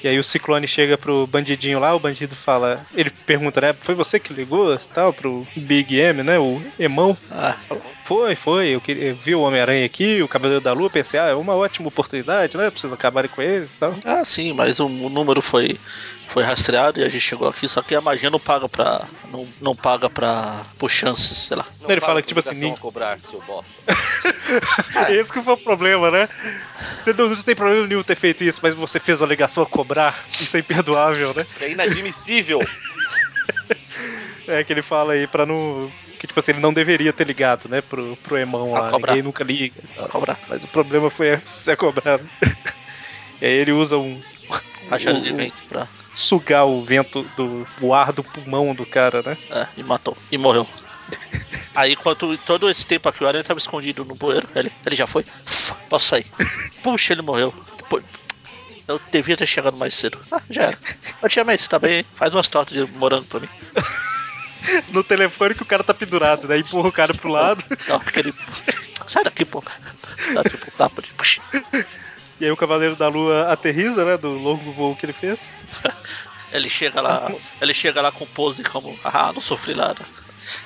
E aí o Ciclone chega pro bandidinho lá, o bandido fala, ele pergunta, né? Foi você que ligou, tal, pro Big M, né? O Emão. Ah, Falou, Foi, foi. Eu, queria, eu vi o Homem-Aranha aqui, o Cavaleiro da Lua, pensei, ah, é uma ótima oportunidade, né? Pra vocês acabarem com eles e tal. Ah, sim, mas o o número foi, foi rastreado e a gente chegou aqui, só que a magia não paga pra. não, não paga pra. por chances, sei lá. Não Ele paga fala que, tipo assim, publicação nin- a cobrar, seu bosta. Ah, Esse É que foi o problema, né? Você não, não tem problema nenhum ter feito isso, mas você fez a alegação a cobrar. Isso é imperdoável, né? Isso é inadmissível. É que ele fala aí pra não. Que tipo assim, ele não deveria ter ligado, né? Pro, pro irmão A lá. cobrar. Ninguém nunca liga. e tal. Pra cobrar. Mas o problema foi ser cobrado. e aí ele usa um. Machado de um- vento pra. Sugar o vento do. o ar do pulmão do cara, né? É, e matou. E morreu. Aí, enquanto todo esse tempo aqui, o Aranha tava escondido no bueiro. Ele, ele já foi. Uf, Posso sair. Puxa, ele morreu. Depois- eu devia ter chegado mais cedo. Ah, já era. Eu tinha mais, tá bem, hein? Faz umas tortas de morango pra mim. No telefone que o cara tá pendurado, né? Empurra o cara pro lado. Não, porque ele. Sai daqui, pô. Dá tipo um tapa de. Puxa. E aí o Cavaleiro da Lua aterriza, né? Do longo voo que ele fez. Ele chega lá. Ele chega lá com pose como. Ah, não sofri nada.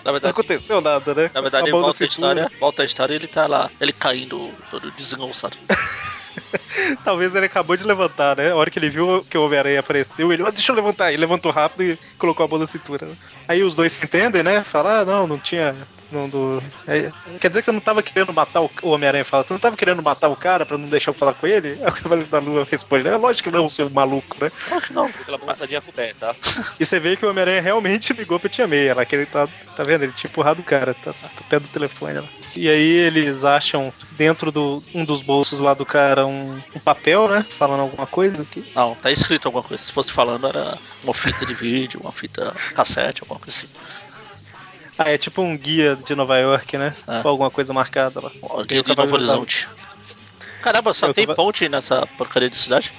Na Não verdade, aconteceu nada, né? na A verdade ele mão na volta a cintura. história. Volta a história e ele tá lá. Ele caindo, todo desengonçado. Talvez ele acabou de levantar, né? A hora que ele viu que o Homem-Aranha apareceu, ele, "Ah, deixa eu levantar. Ele levantou rápido e colocou a mão na cintura. né? Aí os dois se entendem, né? Fala, ah, não, não tinha. Não, do... é, quer dizer que você não tava querendo matar o, o Homem-Aranha fala, você não tava querendo matar o cara pra não deixar eu falar com ele? Aí o Cavaleiro da Lua responde, é lógico que não, seu maluco, né? Acho que não. Aquela passadinha coberta, tá? E você vê que o Homem-Aranha realmente ligou pra Tia Meia, lá que ele tá, tá vendo? Ele tinha empurrado o cara, tá, tá perto do telefone lá. E aí eles acham dentro do um dos bolsos lá do cara um, um papel, né? Falando alguma coisa que Não, tá escrito alguma coisa. Se fosse falando, era uma fita de vídeo, uma fita cassete, alguma coisa assim. Ah, é tipo um guia de Nova York, né? Ah. Com alguma coisa marcada lá. Ó, E De, o de Cavaleiro Novo da Horizonte. Caramba, só Eu tem tava- ponte nessa porcaria de cidade.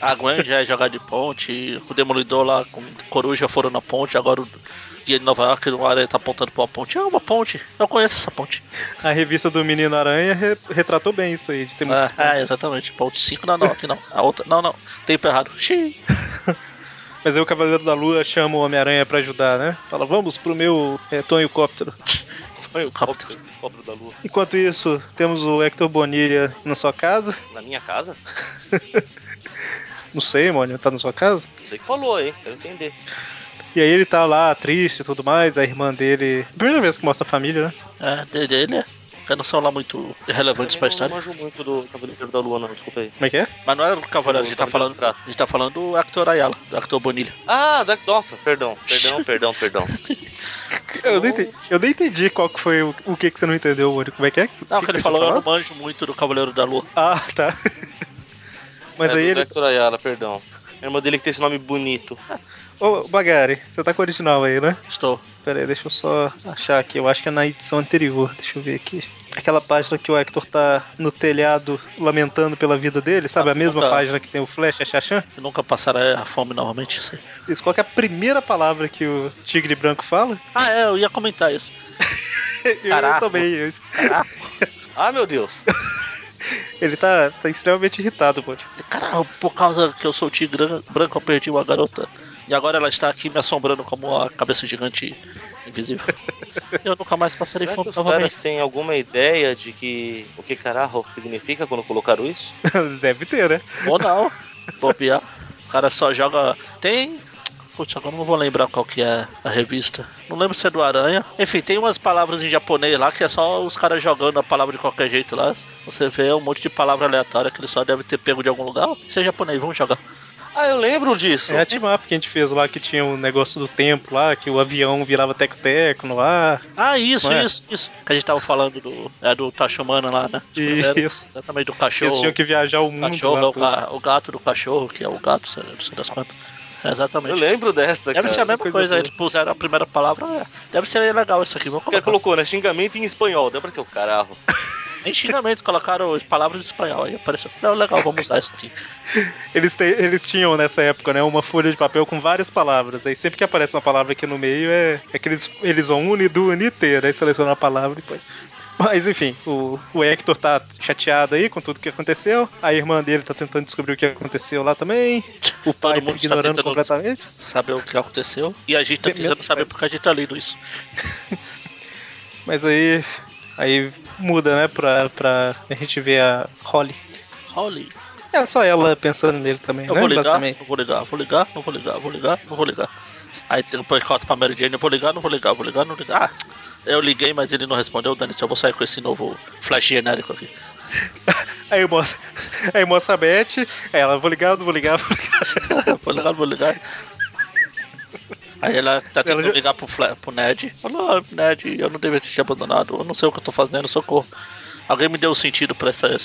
A Gwen já é jogada de ponte, o Demolidor lá com Coruja foram na ponte, agora o Guia de Nova York, o Aranha tá apontando pra uma ponte. É uma ponte, eu conheço essa ponte. A revista do Menino Aranha re- retratou bem isso aí, de ter muitas Ah, é, pontes. exatamente, ponte 5, não, não, aqui não. A outra, não, não, tempo errado. Xiii. Mas aí o Cavaleiro da Lua chama o Homem-Aranha pra ajudar, né? Fala, vamos pro meu é, Tonho Cóptero. Foi o cobro, cobro da lua. Enquanto isso, temos o Hector Bonilha na sua casa. Na minha casa? Não sei, Mônio, tá na sua casa? Você que falou, hein? Quero entender. E aí ele tá lá, triste e tudo mais, a irmã dele... Primeira vez que mostra a família, né? É, de- dele, é. Eu não são lá muito relevantes Também pra história. Não manjo muito do Cavaleiro da Lua, não, desculpa aí. Como é que é? Mas não era do Cavaleiro, a gente tá Cavaleiro falando. do Prata. A gente tá falando do Actor Ayala, do Actor Bonilha. Ah, da... nossa, perdão, perdão, perdão, perdão. Eu nem entendi, eu nem entendi qual que foi o, o que que você não entendeu, Mônio. Como é que é? que Não, o que que ele você tinha tá falou, eu não falado? manjo muito do Cavaleiro da Lua. Ah, tá. Mas é aí do ele... Hector Ayala, perdão. A irmã dele que tem esse nome bonito. Ô, Bagari, você tá com o original aí, né? Estou. Pera aí, deixa eu só achar aqui. Eu acho que é na edição anterior. Deixa eu ver aqui. Aquela página que o Hector tá no telhado lamentando pela vida dele, sabe? A mesma tá. página que tem o Flash, a Xaxã? Eu nunca passará a fome novamente. isso aí. Isso, qual que é a primeira palavra que o Tigre Branco fala? Ah, é, eu ia comentar isso. Caraca. Eu também. eu es- Ah, meu Deus. Ele tá, tá extremamente irritado, pô. Caralho, por causa que eu sou o tigre branco, eu perdi uma garota. E agora ela está aqui me assombrando como a cabeça gigante invisível. Eu nunca mais passarei Será que fome os caras novamente. têm alguma ideia de que o que carajo significa quando colocaram isso? Deve ter, né? Ou não, bobear. Os caras só jogam. Tem. Putz, agora eu não vou lembrar qual que é a revista. Não lembro se é do Aranha. Enfim, tem umas palavras em japonês lá que é só os caras jogando a palavra de qualquer jeito lá. Você vê um monte de palavra aleatória que eles só devem ter pego de algum lugar. Isso é japonês, vamos jogar. Ah, eu lembro disso. É a team up que a gente fez lá, que tinha o negócio do tempo lá, que o avião virava teco-teco no ar. Ah, isso, Não é? isso, isso. Que a gente tava falando do, é, do Tachumana lá, né? E Era isso. Exatamente, do Eles cachorro. tinham que viajar o mundo cachorro, lá. o, ga- o gato do cachorro, que é o gato, sei lá, não sei das quantas. É, exatamente. Eu lembro dessa, Deve ser cara. a mesma coisa coisa, boa. eles puseram a primeira palavra. é, Deve ser legal isso aqui, vamos O cara colocar. colocou, né? Xingamento em espanhol. Deu pra ser o carajo. Nem xingamento, colocaram as palavras em espanhol. Aí apareceu. Não, legal, vamos usar isso aqui. Eles, te- eles tinham nessa época, né, uma folha de papel com várias palavras. Aí sempre que aparece uma palavra aqui no meio, é, é que eles, eles vão une, duas, inteira. Aí seleciona a palavra e põe. Mas enfim, o, o Hector tá chateado aí com tudo que aconteceu. A irmã dele tá tentando descobrir o que aconteceu lá também. O pai Todo tá mundo está ignorando tentando- completamente. Saber o que aconteceu. E a gente tá Tem medo, tentando saber porque a gente tá lendo isso. Mas aí Aí muda, né, pra, pra a gente ver a Holly. Holly. É só ela pensando nele também, Eu né, vou ligar, basicamente. não vou ligar, vou ligar, não vou ligar, vou ligar, não vou ligar. Aí depois corta pra Mary Jane, eu vou ligar, não vou ligar, vou ligar, não vou ligar. Ah, eu liguei, mas ele não respondeu, Dani, eu vou sair com esse novo flash genérico aqui. Aí mostra, aí mostra a Beth, aí ela, vou ligar, não vou ligar, vou ligar. vou ligar, vou ligar. Aí ela tá tentando Ela já- ligar pro, Fla- pro Ned. Falou, "Ah, Ned, eu não devia ter te abandonado, eu não sei o que eu tô fazendo, socorro. Alguém me deu um sentido pra, essa,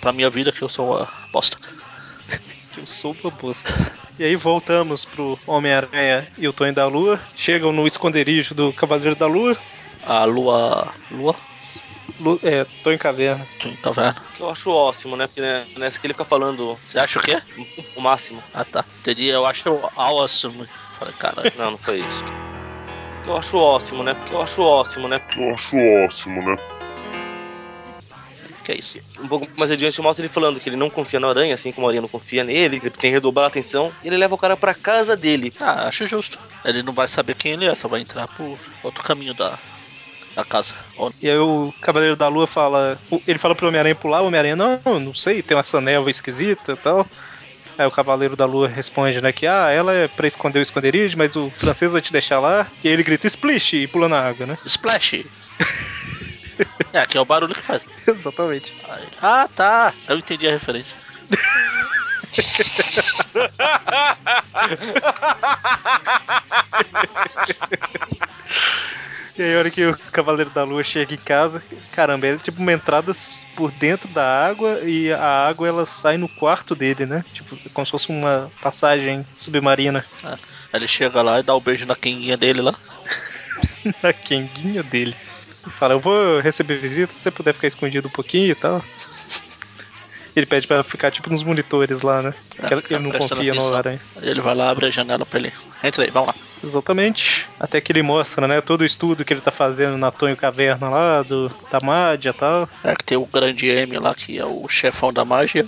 pra minha vida que eu sou uma bosta. Que eu sou uma bosta. E aí voltamos pro Homem-Aranha e o Tony da Lua. Chegam no esconderijo do Cavaleiro da Lua. A lua. Lua? Lu, é, Tony Caverna. Sim, Tá vendo? Que eu acho ótimo, né? Porque né, nessa que ele fica falando Você acha o quê? o máximo. Ah tá. Entendi, eu acho awesome. Falei, caralho. Não, não foi isso. Que eu acho ótimo, né? Porque eu acho ótimo, né? Que é isso? Um pouco mais adiante mostra ele falando que ele não confia na aranha, assim como a aranha não confia nele, que ele tem que redobrar a atenção, e ele leva o cara pra casa dele. Ah, acho justo. Ele não vai saber quem ele é, só vai entrar por outro caminho da, da casa. Ou- E aí o Cavaleiro da Lua fala. o- Ele fala pro Homem-Aranha pular, o Homem-Aranha, não, não sei, tem essa névoa esquisita e tal. Aí o Cavaleiro da Lua responde, né, que ah, ela é pra esconder o esconderijo, mas o francês vai te deixar lá. E aí ele grita splish e pula na água, né? Splash! é, que é o barulho que faz. Exatamente. Aí- Ah, tá. Eu entendi a referência. E aí, a hora que o Cavaleiro da Lua chega em casa, caramba, é tipo uma entrada s- por dentro da água e a água ela sai no quarto dele, né? Tipo, é como se fosse uma passagem submarina Ah, Ele chega lá e dá o beijo na quenguinha dele lá. na quenguinha dele. E fala: Eu vou receber visita, se você puder ficar escondido um pouquinho e tal. Ele pede pra ficar tipo nos monitores lá, né? É, Porque fica ele não prestando confia no atenção. aranha. Aí Ele vai lá, abre a janela pra ele. Entra aí, vamos lá. Exatamente. Até que ele mostra, né? Todo o estudo que ele tá fazendo na Tonho Caverna lá, do, da Mádia e tal. É que tem o grande M lá, que é o chefão da magia.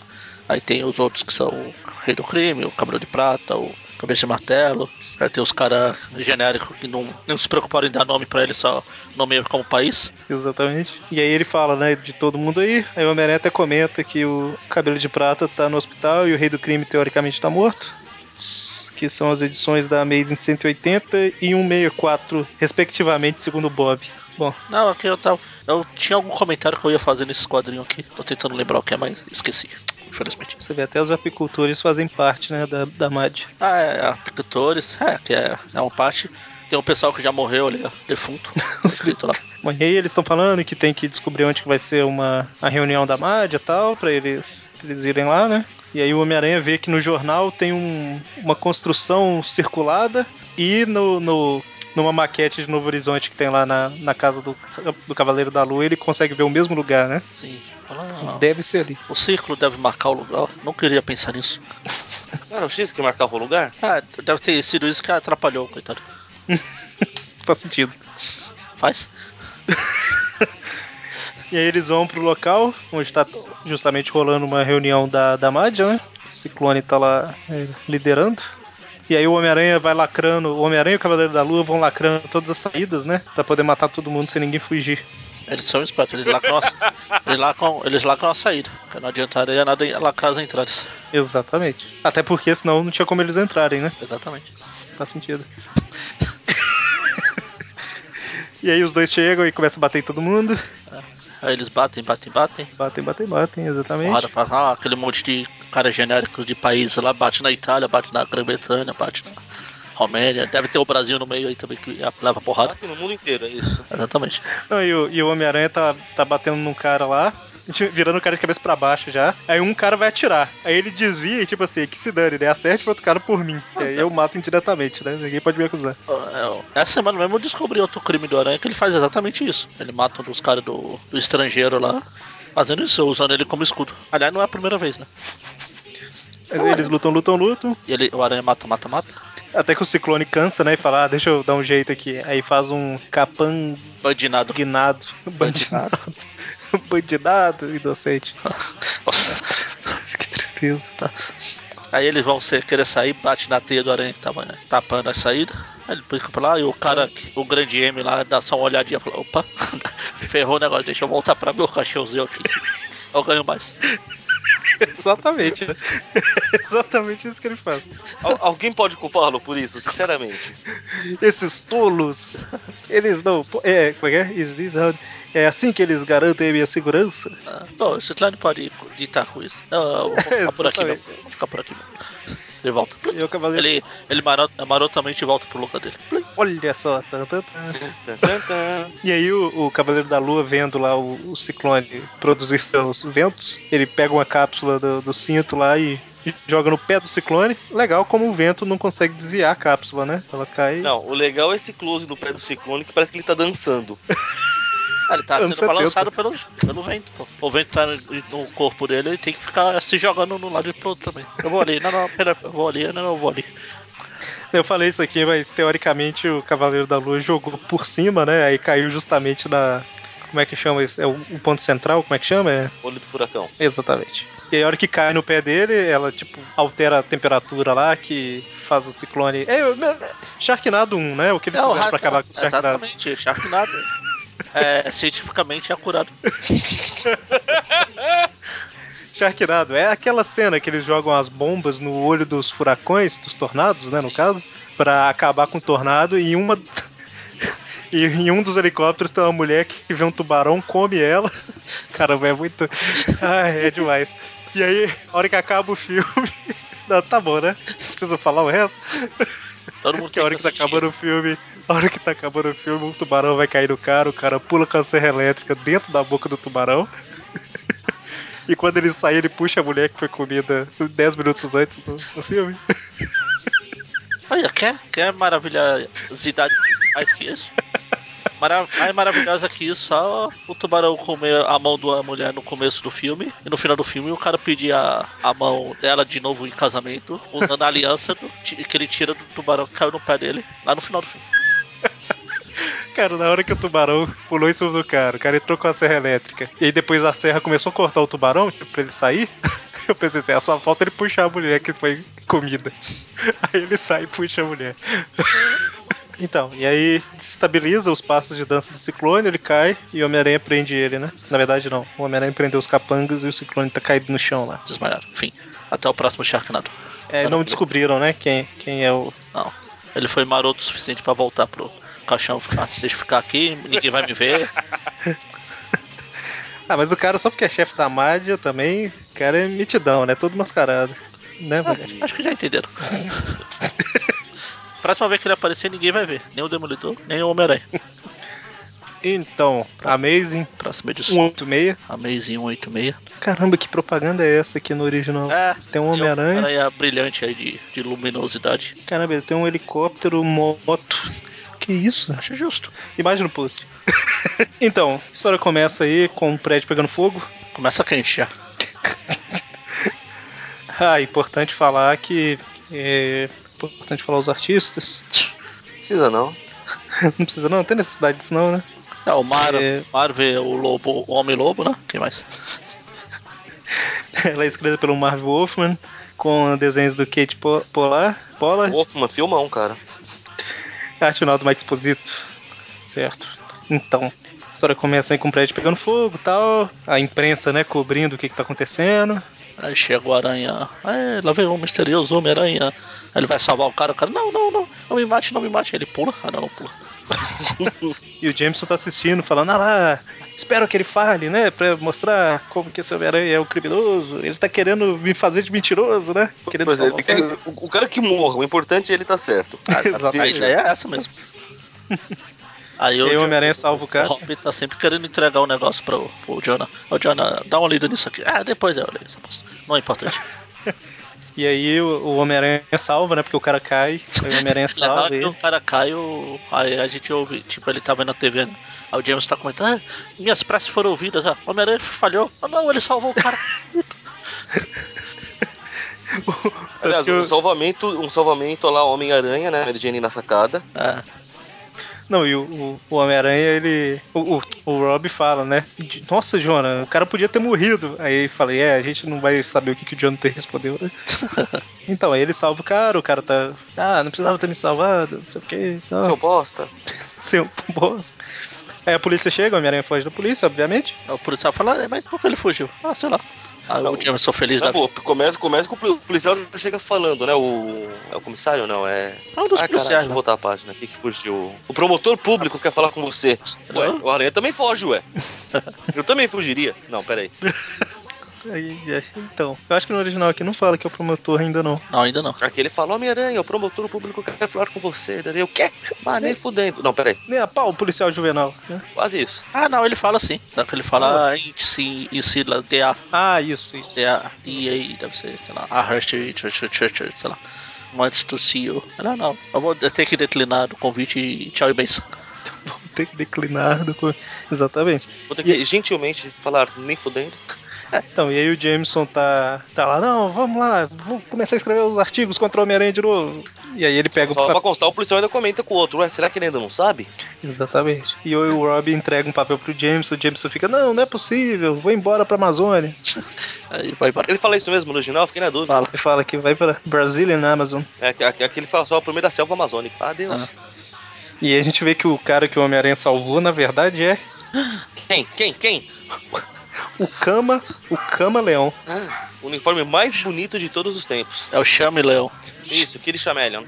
Aí tem os outros que são o Rei do Crime, o Cabelo de Prata, o Cabeça de Martelo. Aí tem os caras genéricos que não, não se preocuparam em dar nome pra ele, só nomeiam como país. Exatamente. E aí ele fala, né, de todo mundo aí. Aí o Homem-Aranha até comenta que o Cabelo de Prata tá no hospital e o Rei do Crime teoricamente tá morto. Que são as edições da Amazing 180 e 164, respectivamente, segundo o Bob. Bom, Não, aqui eu tava. Eu tinha algum comentário que eu ia fazer nesse quadrinho aqui. Tô tentando lembrar o que é, mas esqueci, infelizmente. você vê até os apicultores fazem parte, né, da, da MAD. Ah, é, apicultores, é, que é, é uma parte. Tem um pessoal que já morreu ali, ó, defunto. escrito lá. Bom, e aí eles estão falando que tem que descobrir onde que vai ser uma, a reunião da MAD e tal, pra eles, pra eles irem lá, né? E aí o Homem-Aranha vê que no jornal tem um- uma construção circulada e no, no- numa maquete de Novo Horizonte que tem lá na, na casa do, do Cavaleiro da Lua, ele consegue ver o mesmo lugar, né? Sim. Fala, ah, Deve ser ali. O círculo deve marcar o lugar. Não queria pensar nisso. Não Era é o X que marcava o lugar? Ah, deve ter sido isso que atrapalhou, coitado. Faz sentido. Faz? E aí eles vão pro local onde tá justamente rolando uma reunião da, da Madia, né? O Ciclone tá lá é, liderando. E aí o Homem-Aranha vai lacrando, o Homem-Aranha e o Cavaleiro da Lua vão lacrando todas as saídas, né? Pra poder matar todo mundo sem ninguém fugir. Eles são espertos, eles lacram, a, eles lacram, eles lacram a saída. Porque não adiantaria nada em lacrar as entradas. Exatamente. Até porque senão não tinha como eles entrarem, né? Exatamente. Faz sentido. e aí os dois chegam e começam a bater em todo mundo. Aí eles batem, batem, batem. Batem, batem, batem, exatamente. Porrada pra lá, "Ah, aquele monte de cara genérico de país lá, bate na Itália, bate na Grã-Bretanha, bate na Romênia, deve ter o Brasil no meio aí também que leva porrada. Bate no mundo inteiro, é isso. Exatamente. Não, e o, e o Homem-Aranha tá, tá batendo num cara lá, de- virando o cara de cabeça pra baixo já. Aí um cara vai atirar. Aí ele desvia e, tipo assim, que se dane, né? Acerte o outro cara por mim. E aí eu mato indiretamente, né? Ninguém pode me acusar. Ah, é, Essa semana mesmo eu descobri outro crime do Aranha que ele faz exatamente isso. Ele mata um dos caras do, do estrangeiro lá, fazendo isso, usando ele como escudo. Aliás, não é a primeira vez, né? Mas aí eles lutam, lutam, lutam. E ele, o Aranha mata, mata, mata. Até que o Ciclone cansa, né? E fala, ah, deixa eu dar um jeito aqui. Aí faz um capanguinado. Um Bandinado. Bandinado. Bandinado, inocente. Nossa, Nossa, que tristeza. tá. Aí eles vão ser- querer sair, bate na teia do aranha, que tava né, tapando a saída. Aí ele brinca pra lá e o cara, o grande M lá, dá só uma olhadinha e fala: opa, ferrou o negócio, deixa eu voltar pra meu cachorrozinho aqui. Eu ganho mais. Exatamente, né? Exatamente isso que ele faz. Al- alguém pode culpá-lo por isso, sinceramente. Esses tolos, eles não. po- É, como é que é? Is this how- É assim que eles garantem a minha segurança? Ah, bom, esse lá não pode ditar com isso. Não, vou ficar por aqui mesmo. Exatamente. Vou ficar por aqui mesmo. Ele volta. E o cavaleiro. Ele, ele marot- marotamente volta pro lugar dele. Olha só. tan, tan, tan. Tan, tan, tan. E aí o, o Cavaleiro da Lua vendo lá o, o ciclone produzir seus ventos, ele pega uma cápsula do, do cinto lá e joga no pé do ciclone. Legal como o vento não consegue desviar a cápsula, né? Ela cai. Não, o legal é esse close no pé do ciclone que parece que ele tá dançando. Ah, ele tá Anos sendo 70. balançado pelo, pelo vento, pô. O vento tá no, no corpo dele, ele tem que ficar se jogando no lado e pro outro também. Eu vou ali, não, não, pera, eu vou ali, não, não, eu vou ali. Eu falei isso aqui, mas teoricamente o Cavaleiro da Lua jogou por cima, né? Aí caiu justamente na. Como é que chama isso? É o, o ponto central? Como é que chama? É. Olho do furacão. Exatamente. E aí, a hora que cai no pé dele, ela, tipo, altera a temperatura lá, que faz o ciclone. É, eu- Sharknado 1, né? O que eles Não, fizeram pra acabar com o Sharknado. Exatamente, Sharknado. É, cientificamente acurado. Sharknado. É aquela cena que eles jogam as bombas no olho dos furacões, dos tornados, né, no caso, pra acabar com o tornado e uma e em um dos helicópteros tem uma mulher que vê um tubarão, come ela. Caramba, é muito Ai, é demais. E aí, a hora que acaba o filme, Não, tá bom, né? Não Precisa falar o resto. Todo mundo Que a hora que tá acabando o filme, a hora que tá acabando o filme, um tubarão vai cair no cara, o cara pula com a serra elétrica dentro da boca do tubarão. E quando ele sai, ele puxa a mulher que foi comida 10 minutos antes do, do filme. Olha, quer, quer maravilhosidade mais que isso? Mara- mais maravilhosa que isso, só o tubarão comer a mão da mulher no começo do filme, e no final do filme o cara pedir a, a mão dela de novo em casamento, usando a aliança do- ti- que ele tira do tubarão que caiu no pé dele, lá no final do filme. Cara, na hora que o tubarão pulou em cima do cara, o cara entrou com a serra elétrica. E aí depois a serra começou a cortar o tubarão tipo, pra ele sair. Eu pensei assim, é só falta ele puxar a mulher que foi comida. Aí ele sai e puxa a mulher. Então, e aí desestabiliza os passos de dança do ciclone, ele cai e o Homem-Aranha prende ele, né? Na verdade, não. O Homem-Aranha prendeu os capangas e o ciclone tá caído no chão lá. Desmaiaram. Enfim, até o próximo Sharknado. É, não descobriram, né? Quem, quem é o. Não, ele foi maroto o suficiente pra voltar pro caixão, ficar, deixa eu ficar aqui, ninguém vai me ver. Ah, mas o cara, só porque é chefe da Mádia também, o cara é mitidão, né? Todo mascarado. Né, Ah, mulher? acho que já entenderam. Próxima vez que ele aparecer, ninguém vai ver. Nem o Demolidor, nem o Homem-Aranha. Então, Amazing Próxima Hum. edição. 186. Amazing 186. Caramba, que propaganda é essa aqui no original? É, Tem um Homem-Aranha. aranha brilhante aí de, de luminosidade. Caramba, ele tem um helicóptero, moto. Que isso? Acho justo. Imagina o post. então, a história começa aí com um prédio pegando fogo. Começa quente já. Ah, importante falar que. É importante falar os artistas. Precisa não. Não precisa, não, não tem necessidade disso, não, né? É, o Mar, É. Marvel, o Lobo, o Homem-Lobo, né? Quem mais? Ela é escrita pelo Marv Wolfman, com desenhos do Kate Po- Polar, Pollard. Wolfman, filmão, cara. Arte final do Mike Exposito. Certo. Então, a história começa aí com o prédio pegando fogo e tal. A imprensa, né, cobrindo o que, que tá acontecendo. Aí chega o Aranha. É, lá vem o misterioso Homem-Aranha. Aí Ele vai salvar o cara. O cara, não, não, não. Não me mate, não me mate. Aí Ele pula. Ah, não, não pula. E o Jameson tá assistindo, falando, ah lá, espero que ele fale, né? Pra mostrar como que esse Homem-Aranha é o criminoso. Ele tá querendo me fazer de mentiroso, né? Querendo Pois é, salvar ele o cara. quer- o, o cara que morra, o importante é ele tá certo. A Exatamente. ideia é essa mesmo. Aí E aí o o Homem-Aranha salva o o cara. Robin tá sempre querendo entregar um negócio pro, pro Jonah. Ô, Jonah, dá uma lida nisso aqui. Ah, depois eu leio essa bosta. Não é importante. E aí o o Homem-Aranha salva, né? Porque o cara cai. Aí o Homem-Aranha Legal salva que o ele. cara cai, o... aí a gente ouve, tipo, ele tá vendo a TV, né? Aí o James tá comentando, ah, minhas preces foram ouvidas, ah, o Homem-Aranha falhou. Ah, não, ele salvou o cara. Tanto Aliás, que o- um salvamento, um salvamento lá, Homem-Aranha, né? Mary Jane na sacada. é, Não, e o, o, o Homem-Aranha, ele. O, o, o Rob fala, né? de- Nossa, Jonah, o cara podia ter morrido. Aí ele fala, é, a gente não vai saber o que, que o Jonathan respondeu, né? então, aí ele salva o cara, o cara tá. Ah, não precisava ter me salvado, não sei o quê. Não, Seu bosta. seu bosta. Aí a polícia chega, o Homem-Aranha foge da polícia, obviamente. Aí o policial fala, "Ah, mas por que ele fugiu? Ah, sei lá. Aí o Jameson sou feliz Tá da vida. bom, começa, começa com o policial já chega falando, né? O. É o comissário não? É. É um dos ah, policiais caralho, deixa eu lá. voltar a página aqui que fugiu. O promotor público quer falar com você. Ué, Hã? o Aranha também foge, ué. Eu também fugiria. Não, peraí. Aí, é, então, eu acho que no original aqui não fala que é o promotor ainda não. Não, ainda não. Aqui ele fala, Homem-Aranha, o promotor público quer falar com você. Daí eu, quê? Ah, nem fudendo. Não, peraí. Nem a pau, o policial juvenal. né? Quase isso. Ah, não, ele fala sim. Só que ele fala ah, em si, em si, lá, DA, Ah, isso, isso. DA, DA, deve ser, sei lá, a Hershey, sei lá. Wants to see you. Não, não, eu vou ter que declinar o convite e tchau e benção. Tem que declinar do. co- Exatamente. Vou ter que gentilmente falar, nem fudendo. Então, e aí o Jameson tá, tá lá, não, vamos lá, vou começar a escrever os artigos contra o Homem-Aranha de novo. E aí ele pega o Só pra papel. constar, o policial ainda comenta com o outro. Ué, será que ele ainda não sabe? Exatamente. E o Rob entrega um papel pro Jameson, o Jameson fica, não, não é possível, vou embora pra Amazônia. Aí vai embora. Ele fala isso mesmo no original, fiquei na dúvida. Fala. Ele fala que vai pra Brazilian Amazon. É, aqui- aqui aqui ele fala só pro meio da selva amazônica. Ah, Deus. E aí a gente vê que o cara que o Homem-Aranha salvou, na verdade, é Quem? Quem? Quem? o Cama, o Cama Leão. Ah, o uniforme mais bonito de todos os tempos. É o Chame Leão. Isso, Kiri Chameleon.